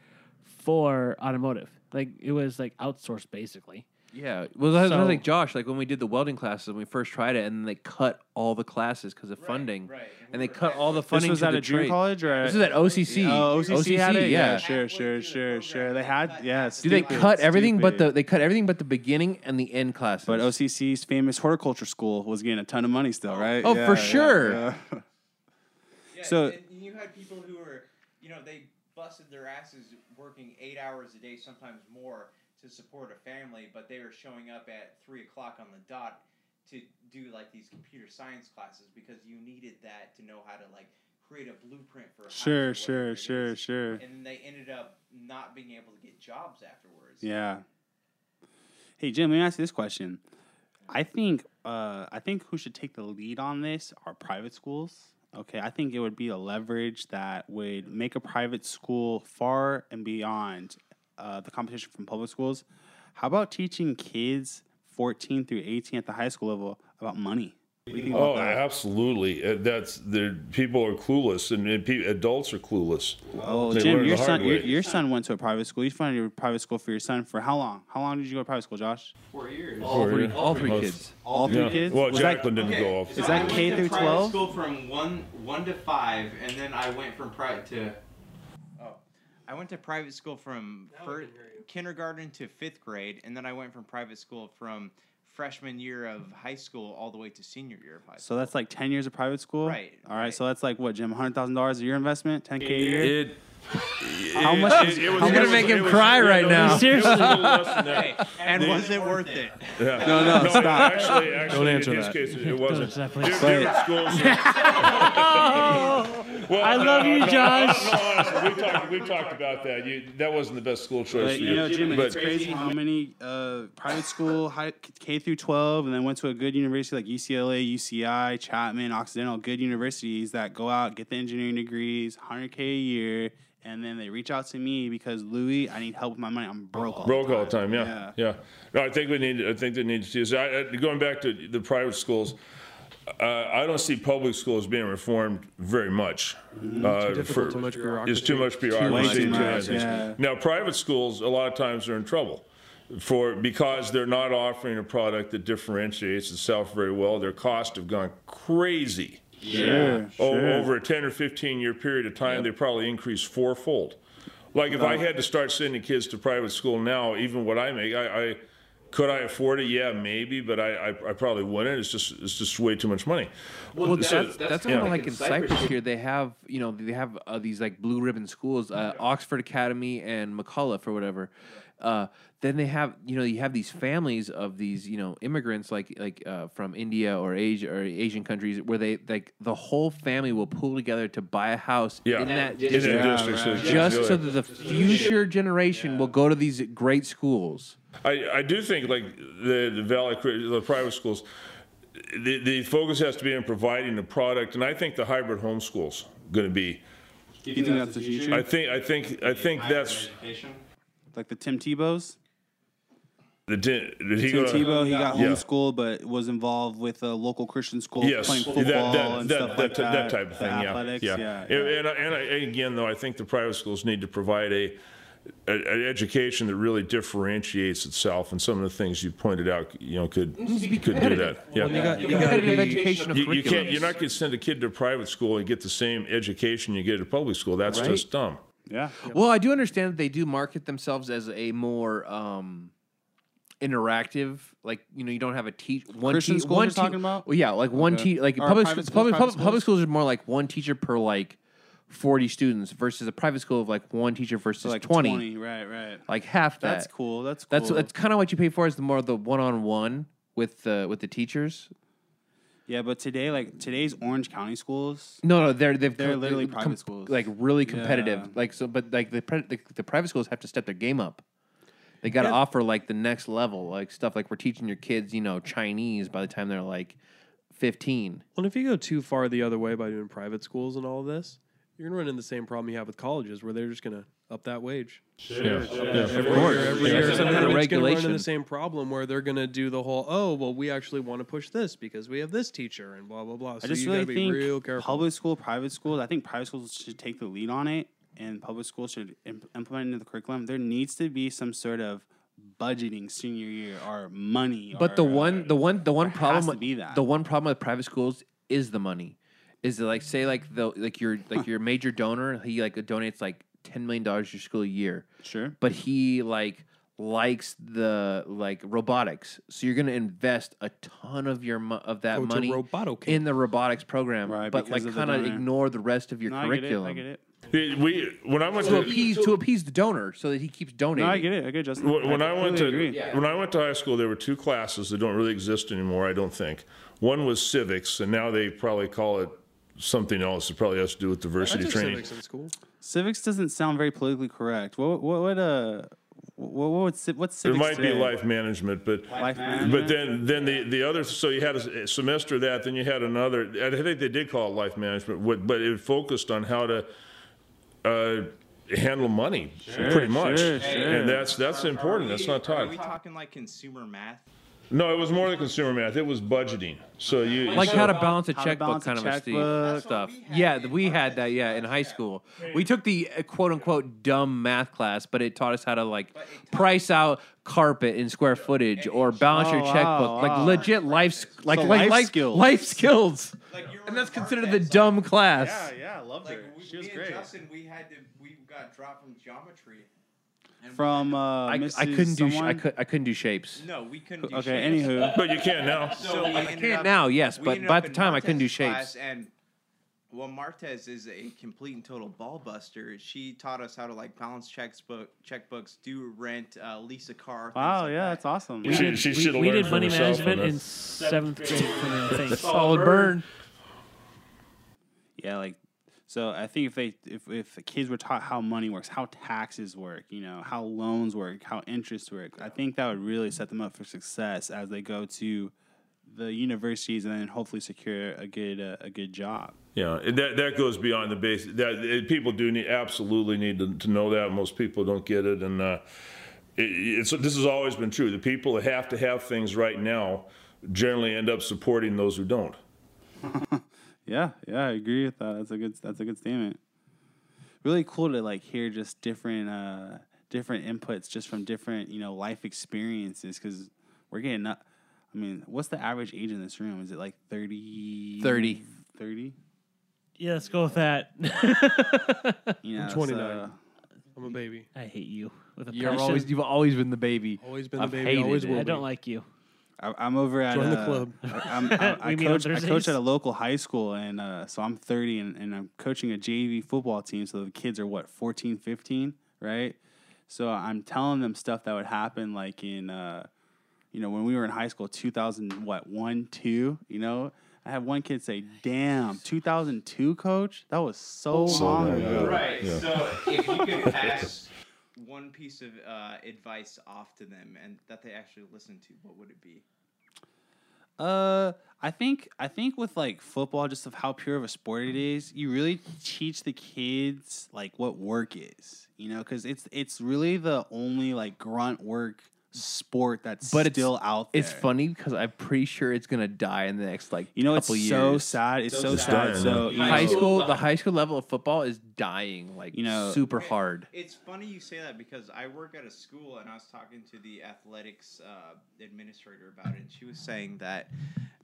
for automotive. Like it was like outsourced basically. Yeah, well, that's that's So- like Josh. Like when we did the welding classes, and we first tried it, and then they cut all the classes because of funding, right. and they cut all the this funding. was to at the a junior trade. college or This at, is at OCC. Oh, OCC, had it? yeah. sure, sure, sure, sure. They had, yeah. Dude, they stupid, cut everything but the stupid. they cut everything but the beginning and the end classes. But OCC's famous horticulture school was getting a ton of money still, right? Oh, for sure. yeah. *laughs* Yeah, So- and you had people who were, you know, they busted their asses working eight hours a day, sometimes more, to support a family, but they were showing up at three o'clock on the dot to do like these computer science classes because you needed that to know how to like create a blueprint for. A house or Sure, whatever sure, it sure, is. sure. And they ended up not being able to get jobs afterwards. Yeah. Hey Jim, let me ask you this question. I think uh, I think who should take the lead on this are private schools. Okay, I think it would be a leverage that would make a private school far and beyond uh, the competition from public schools. How about teaching kids 14 through 18 at the high school level about money? What do you think about Oh, that? absolutely. Uh, that's the people are clueless, and, and pe- adults are clueless. Oh, They Jim, learn your the hard son, your, way. your son went to a private school. You funded a private school for your son for how long? How long did you go to private school, Josh? Four years. all three, yeah. all three Most- kids. All three Yeah. kids. Well, Was that- Jacqueline didn't go off. Is that I went K to through private 12? School from one one to five, and then I went from private to. Oh, I went to private school from fir- kindergarten to fifth grade, and then I went from private school from freshman year of high school all the way to senior year of high So school. that's like ten years of private school. Right, All right. right. So that's like what, Jim? Hundred thousand dollars a year investment, ten k a year. It, how much? is- it was- how it much- was- make him it was- cry yeah, right no, now. it was- it was a Seriously. little less than that. and was it worth it? Yeah. No, no, stop. Actually, actually, answer in his that. case, it wasn't. answer that, Di- please. different schools. Well, I *laughs* love you, Josh. we talked. We talked about that. You, that wasn't the best school choice. But for you know, Jim, but it's crazy how many uh, private school, high, K through twelve, and then went to a good university like UCLA, UCI, Chapman, Occidental, good universities that go out get the engineering degrees, hundred k a year, and then they reach out to me because Louis, I need help with my money. I'm broke. All broke the time. all the time. Yeah, yeah. No, I think we need. I think they need to. see- I, I, going back to the private schools, uh, I don't see public schools being reformed very much. Uh, for- too much It's too much Way bureaucracy. too too much, much. yeah. Now, private schools a lot of times are in trouble for because they're not offering a product that differentiates itself very well. Their costs have gone crazy. Sure, O- sure. Over a 10 or 15 year period of time, they probably increased fourfold. Like if I had to start sending kids to private school now, even what I make, I, I could I afford it? Yeah, maybe, but I, I, I probably wouldn't. It's just it's just way too much money. Well, that's, So- that's, yeah. kind of like in Cyprus, here. They have, you know, they have uh, these like blue ribbon schools, uh, Oxford Academy and McCullough or whatever. Uh, then they have, you know, you have these families of these, you know, immigrants like like uh, from India or Asia or Asian countries where they like the whole family will pull together to buy a house Yeah, in that in district, that district, so it's just good. so that the future generation will go to these great schools. I, I do think like the the valley the private schools, the, the focus has to be on providing the product, and I think the hybrid homeschools going to be. You think that's the future? I think I think I think that's Education. Like the Tim Tebows. Did, did he Tim go to- Tebow, he got Yeah. homeschooled, but was involved with a local Christian school Yes, playing football that, that, and that, stuff that, like that. that type of the thing. Yeah, athletics, yeah. yeah. And, and, and, I- and again, though, I think the private schools need to provide a, a an education that really differentiates itself, and some of the things you pointed out, you know, could could do that. Yeah. You gotta be- education of You, you curriculum. can't. You're not going to send a kid to a private school and get the same education you get at a public school. That's just dumb. yeah. Well, I do understand that they do market themselves as a more um, interactive, like you know, you don't have a teach one Christian teacher. schools One you're talking about? Well, yeah, like one Okay. teacher, like Or public schools, private schools, public private public, public schools are more like one teacher per like forty students versus a private school of like one teacher versus So like 20, 20. right, right. like half that. That's cool. That's cool. That's that's kind of what you pay for is the more the one on one with the with the teachers. yeah, but today, like today's Orange County schools, No, no, they're they've They're com- literally com- private schools. like really competitive. Yeah. Like so, but like the, pre- the the private schools have to step their game up. They got to offer like the next level, like stuff like we're teaching your kids, you know, Chinese by the time they're like fifteen. Well, and if you go too far the other way by doing private schools and all of this, you're gonna run into the same problem you have with colleges, where they're just gonna up that wage. every year, and Some kind of it's going to run into regulation. the same problem where they're going to do the whole, oh, well, we actually want to push this because we have this teacher and blah blah blah. So I just you really got to be think real careful. public school, private schools. I think private schools should take the lead on it, and public schools should imp- implement it into the curriculum. There needs to be some sort of budgeting senior year or money. But or, the uh, one, the one, the one has problem to be that. the one problem with private schools is the money. Is that like say like the like your like your major donor, he like donates like ten million dollars to your school a year. sure. but he like likes the like robotics. So you're going to invest a ton of your mo- of that Oh, Go to money Roboto in the robotics program, Right, but because like of the kind of donor. ignore the rest of your No, I get it. curriculum I get it. We when I went to to appease to appease the donor so that he keeps donating. No, I get it. I get it, Justin. When, when I went to completely agree. when I went to high school, there were two classes that don't really exist anymore. I don't think. One was civics, and now they probably call it something else. It probably has to do with I diversity took training. civics in school. civics doesn't sound very politically correct. What what what uh what what would civ- what's It civics? might be today? life management, but Life but management? then then the, the other so you had a s- a semester of that, then you had another. I think they did call it life management, what- but it focused on how to uh, handle money pretty much, sure, sure. and that's that's important. That's not Are taught. we talking like consumer math? No, it was more than consumer math. It was budgeting. So you like so- how to balance a How to checkbook balance a kind of a checkbook. Steve stuff. Yeah, th- we had that. Yeah, in high school, we took the uh, quote unquote dumb math class, but it taught us how to like price out carpet in square footage or balance your Oh, wow, checkbook, like wow. legit life, s- like So like life like skills. life skills, Like you were and *laughs* that's smart considered at the something. dumb class. Yeah, yeah, I loved Like her. we, She was me great. and Justin, we had to we got dropped from geometry. And we From uh, I, Mrs. I couldn't do sh- I, someone? could, I couldn't do shapes. had- no, we couldn't. Do Okay, shapes. anywho, But you can now. So we ended can't up- now, yes, we but ended by up the in time I couldn't do Martez's class, shapes. And well, Martez is a complete and total ball buster. She taught us how to like balance checkbook, checkbooks, do rent, uh, lease a car. things wow, like yeah, that. that's awesome. She- she we, shoulda we learned did from money herself on management this. in seventh grade from the thing. Solid burn. Yeah, like so I think if they if if the kids were taught how money works, how taxes work, you know, how loans work, how interest work, I think that would really set them up for success as they go to the universities and then hopefully secure a good uh, a good job. Yeah, and that that goes beyond the basic. That it, people do need absolutely need to, to know that. Most people don't get it, and uh, it, it's this has always been true. The people that have to have things right now generally end up supporting those who don't. Yeah, yeah, I agree with that. That's a good that's a good statement. Really cool to like hear just different uh different inputs just from different, you know, life experiences cuz we're getting up I mean, what's the average age in this room? Is it like 30 30. 30? *laughs* Yeah, let's go with that. *laughs* Yeah, I'm 29. I'm a baby. I hate you with a You're passion. always you've always been the baby. Always been the I've baby. hated Always it. will. I don't be. like you. I, I'm over at Join the uh, club. *laughs* I- I'm, I'm, I, We meet on coach, I coach Thursdays? at a local high school, and uh, so I'm 30, and, and I'm coaching a JV football team. So the kids are what 14, 15, right? So I'm telling them stuff that would happen, like in uh, you know when we were in high school, 2000 what one two, you know. I had one kid say, "Damn, 2002, coach, that was so, long ago." Right. So if you *laughs* could pass one piece of uh, advice off to them and that they actually listen to, what would it be? Uh, I think I think with like football, just of how pure of a sport it is, you really teach the kids like what work is, you know, because it's it's really the only like grunt work sport that's But it's- still out there. It's funny because I'm pretty sure it's gonna die in the next like You know, it's couple so years. sad. It's so, So sad. sad. So Yeah. you know, uh, High school, the high school level of football is dying like You know- super hard. It's funny you say that because I work at a school and I was talking to the athletics uh, administrator about it, and she was saying that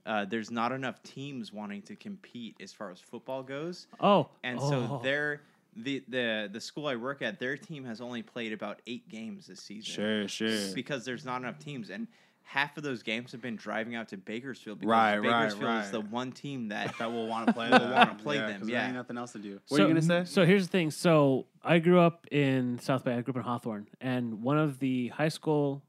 uh, there's not enough teams wanting to compete as far as football goes, Oh, and oh. so their the the the school I work at, their team has only played about eight games this season. Sure, sure. Because there's not enough teams and. Half of those games have been driving out to Bakersfield because Right, right, Bakersfield is the right. one team that *laughs* that will *laughs* want to play. Will them. wanna play them, 'cause There yeah. ain't nothing else to do. So, What are you gonna say? So here's the thing. So I grew up in South Bay. I grew up in Hawthorne, and one of the high school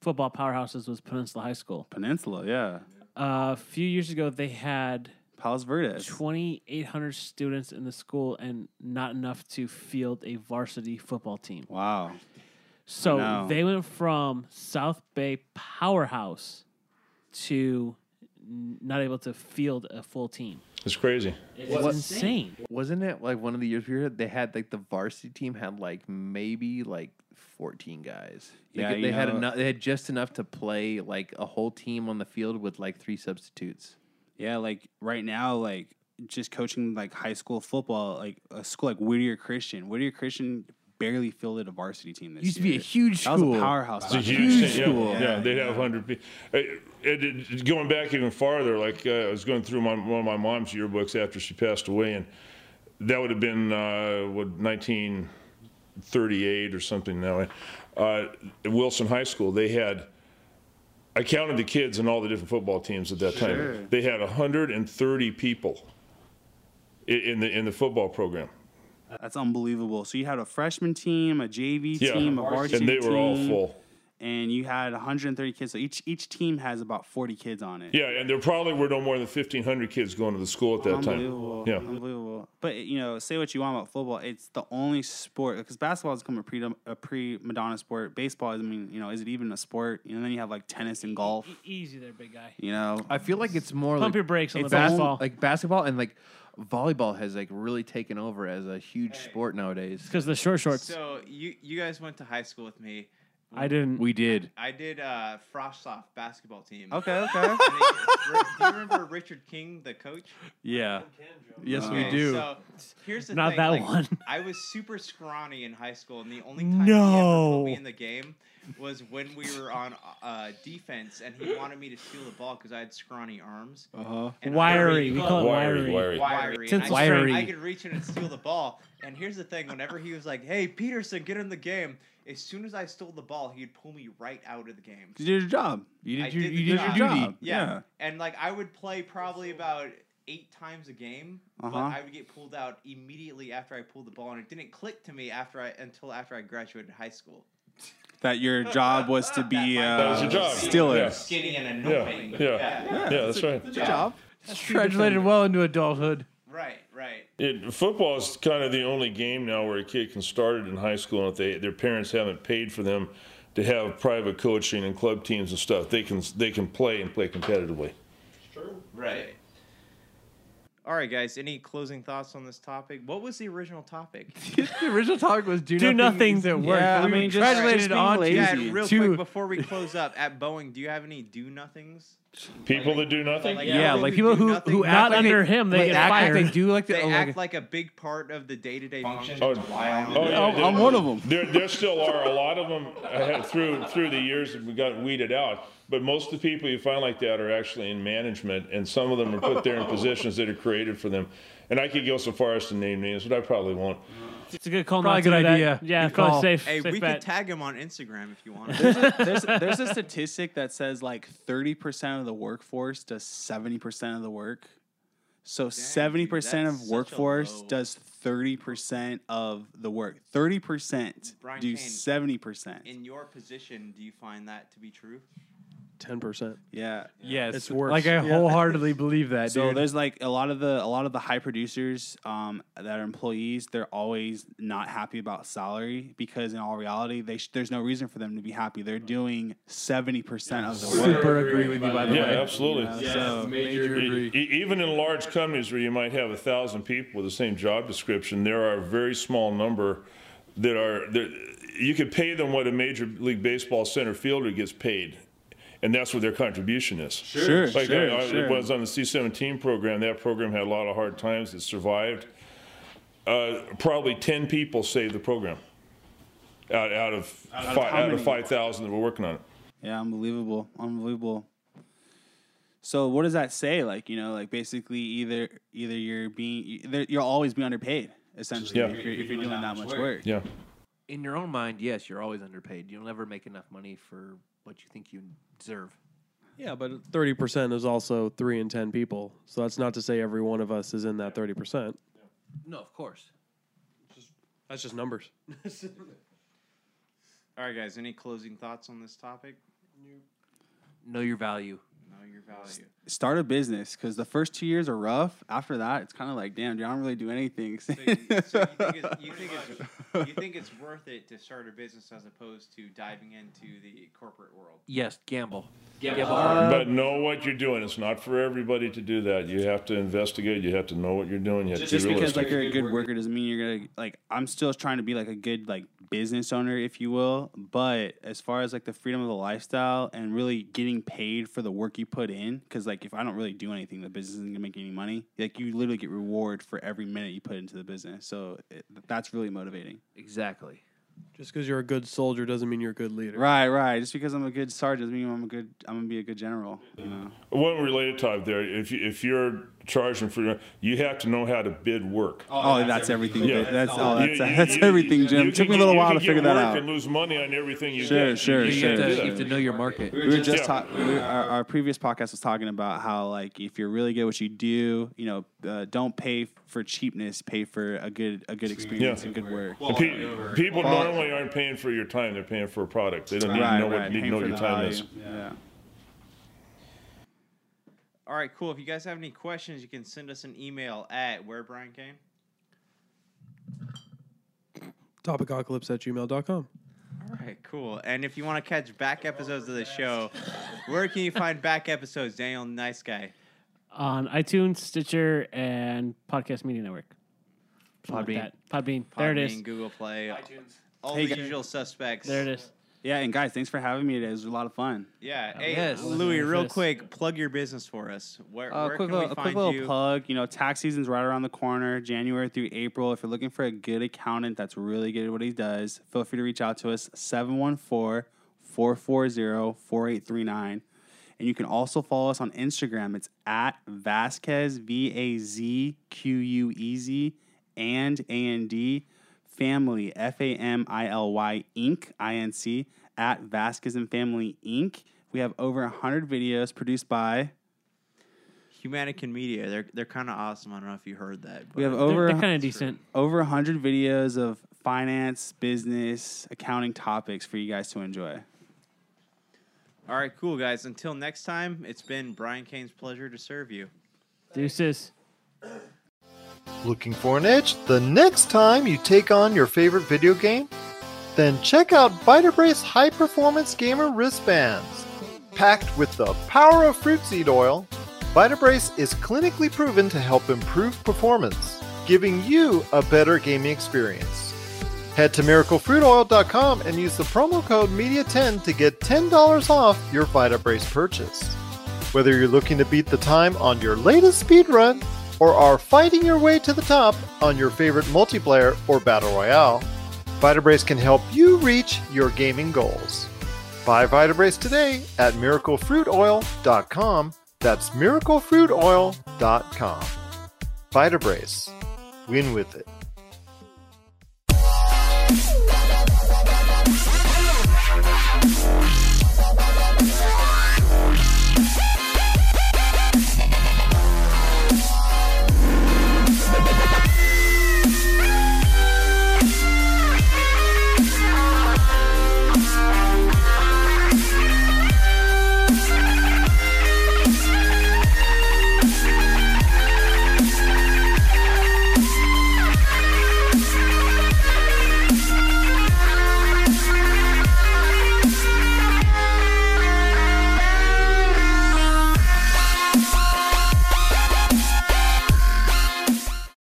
football powerhouses was Peninsula High School. Peninsula, yeah. Uh, a few years ago, they had Palos Verdes. 2,800 students in the school, and not enough to field a varsity football team. Wow. So know. they went from South Bay powerhouse to n- not able to field a full team. It's crazy. It's insane. Wasn't it like one of the years we were? They had like the varsity team had like maybe like fourteen guys. They, Yeah, could- you they had know- enough. They had just enough to play like a whole team on the field with like three substitutes. Yeah, like right now, like just coaching like high school football, like a school like Whittier Christian. Whittier Christian barely fielded a varsity team this Used to year. be a huge that school. was a powerhouse. It's a back then. huge thing. school. Yeah, yeah, they'd have 100 people. Going back even farther, like uh, I was going through my, one of my mom's yearbooks after she passed away, and that would have been uh, what 1938 or something that way. Uh, at Wilson High School, they had. I counted the kids in all the different football teams at that Sure. time. They had 130 people i- in the in the football program. That's unbelievable. So you had a freshman team, a JV Yeah, team, a varsity and they were all team, full. And you had 130 kids. So each each team has about 40 kids on it. Yeah, and there probably were no more than 1,500 kids going to the school at that Unbelievable. time. Yeah. Unbelievable. But, you know, say what you want about football. It's the only sport, because basketball has become a pre a pre Madonna sport. Baseball, is, I mean, you know, is it even a sport? And then you have like tennis and golf, E- Easy there, big guy. you know? I feel like it's more Pump like your brakes on it's the bas- basketball. like basketball and like volleyball has like really taken over as a huge sport nowadays. Because the short shorts. So you you guys went to high school with me. I didn't. We did. I did uh, Frostsoft basketball team. Okay, okay. I mean, r- do you remember Richard King, the coach? Yeah. Yes, we Okay, So here's the Not thing, that like, one. I was super scrawny in high school, and the only time he ever No. put me in the game was when we were on uh, defense, and he wanted me to steal the ball because I had scrawny arms. Uh-huh. Wiry. We call it wiry. wiry. Since and it's I, could- wiry. I could reach in and steal the ball. And here's the thing: whenever he was like, "Hey, Peterson, get in the game," as soon as I stole the ball, he'd pull me right out of the game. You did your job. You I did the job. Yeah. Yeah. and like I would play probably about eight times a game, but Uh-huh. I would get pulled out immediately after I pulled the ball, and it didn't click to me after I until after I graduated high school. That your job was to be uh, That was your job. Steelers. Yeah. Skinny and Yeah, annoying. yeah, yeah, that's right. job. Congratulated well into adulthood. Right, right. It, football is kind of the only game now where a kid can start it in high school, and if they, their parents haven't paid for them to have private coaching and club teams and stuff, they can they can play and play competitively. Right. All right, guys. Any closing thoughts on this topic? What was the *laughs* original topic? the original topic was do, *laughs* Do nothing. things at work. Yeah, We I mean, just- congratulated just being on lazy. to- Yeah, and real to- quick before we close up, at Boeing, do you have any do nothings? People that do nothing. Like, Yeah, how yeah, do like you people do who nothing? who Not act like under they, him, they like get act like fired. they do like the, they oh, like- act like a big part of the day-to-day function. Oh, oh, yeah, I'm- there- I'm one of 'em. There, there still are a lot of them I had, *laughs* through through the years that we got weeded out. But most of the people you find like that are actually in management, and some of them are put there in positions that are created for them. And I could go so far as to name names, but I probably won't. It's a good call. Probably not to a do good that. idea. Yeah, Good probably call. safe. Hey, safe we bet. could tag him on Instagram if *laughs* you want. *laughs* there's, there's a statistic that says like 30% of the workforce does 70% of the work. So 70% that's of such a workforce low- does 30% of the work. 30% Brian do Kane, 70%. In your position, do you find that to be true? Ten percent. yeah. yes, It's worse. Like I wholeheartedly believe that. So dude. there's like a lot of the a lot of the high producers um, that are employees. They're always not happy about salary because in all reality, they sh- there's no reason for them to be happy. They're doing seventy percent of the work. super agree with you by the Yeah, way. absolutely. So Major E- e- Even in large companies where you might have a thousand people with the same job description, there are a very small number that are that you could pay them what a major league baseball center fielder gets paid, and that's what their contribution is. Sure, Like sure, I, I sure. was on the C-17 program. That program had a lot of hard times. It survived. Uh, probably ten people saved the program out, out Out of of five, how out of many? five thousand that were working on it. Yeah, unbelievable, unbelievable. So what does that say? Like you know, like basically either either you're being either, you'll always be underpaid essentially Yeah. if, you're, if you're doing that much work. Yeah. In your own mind, yes, you're always underpaid. You'll never make enough money for what you think you deserve. Yeah, but thirty percent is also three in ten people. So that's not to say every one of us is in that thirty percent. No, of course. That's just numbers. All right, guys. Any closing thoughts on this topic? Know your value. Know your value. Start a business because the first two years are rough. After that, it's kind of like, damn, dude, I don't really do anything. *laughs* so *laughs* you think, it's, you, think it's, you think it's worth it to start a business as opposed to diving into the corporate world? Yes, gamble. Uh, but know what you're doing. It's not for everybody to do that. You have to investigate. You have to know what you're doing. You have just to be because realistic. like you're a good worker doesn't mean you're gonna like i'm still trying to be like a good like business owner if you will but as far as like the freedom of the lifestyle and really getting paid for the work you put in because like if i don't really do anything the business isn't gonna make any money like you literally get reward for every minute you put into the business so it, that's really motivating Exactly. Just because you're a good soldier doesn't mean you're a good leader. right right just because i'm a good sergeant doesn't mean i'm a good i'm gonna be a good general you know One related topic there. If you, if you're charging for, you have to know how to bid work. oh, that's everything Yeah. that's all that's, *laughs* You- you- that's you- everything you jim can took me a get- little you while can to get figure that work out And lose money on everything you Sure, get. sure, You You have, can't sure. to, do you have that. to know your market. we were just Yeah. talking. Our, our previous podcast was talking about how, like, if you're really good at what you do, you know, uh, don't pay for cheapness. Pay for a good, a good experience Yeah. and good work. And pe- people Quality. normally aren't paying for your time; they're paying for a product. They don't need Right, to know what right. need to Paying know for what your the time value. is. Yeah. All right, cool. If you guys have any questions, you can send us an email at where Brian Kane. Topicocalypse at gmail.com. All right, cool. And if you want to catch back episodes of the show, where can you find back episodes? Daniel, nice guy. on iTunes, Stitcher, and Podcast Media Network. Something like that. Podbean. There it is. Podbean, Google Play, all Hey, the gu- usual suspects. There it is. Yeah, and guys, thanks for having me today. It was a lot of fun. Yeah. Hey, yes. Louis, real Yes. quick, plug your business for us. Where, Uh, where quick can little, we a quick find little you? plug. You know, tax season's right around the corner, January through April. If you're looking for a good accountant that's really good at what he does, feel free to reach out to us 714-440-4839. And you can also follow us on Instagram. It's at Vasquez V A Z Q U E Z and A N D Family F A M I L Y Inc. I N C at Vasquez and Family Inc. We have over hundred videos produced by Humanican Media. They're, they're kind of awesome. I don't know if you heard that. We but- have They're, over kind of decent. over 100 videos of finance, business, accounting topics for you guys to enjoy. All right, cool, guys. Until next time, it's been Brian Kane's pleasure to serve you. Deuces. Looking for an edge the next time you take on your favorite video game? Then check out Vitabrace High Performance Gamer Wristbands. Packed with the power of fruit seed oil, Vitabrace is clinically proven to help improve performance, giving you a better gaming experience. Head to miraclefruitoil.com and use the promo code MEDIA10 to get $10 off your Vitabrace purchase. Whether you're looking to beat the time on your latest speedrun or are fighting your way to the top on your favorite multiplayer or battle royale, Vitabrace can help you reach your gaming goals. Buy Vitabrace today at miraclefruitoil.com. That's miraclefruitoil.com. Vitabrace. Win with it.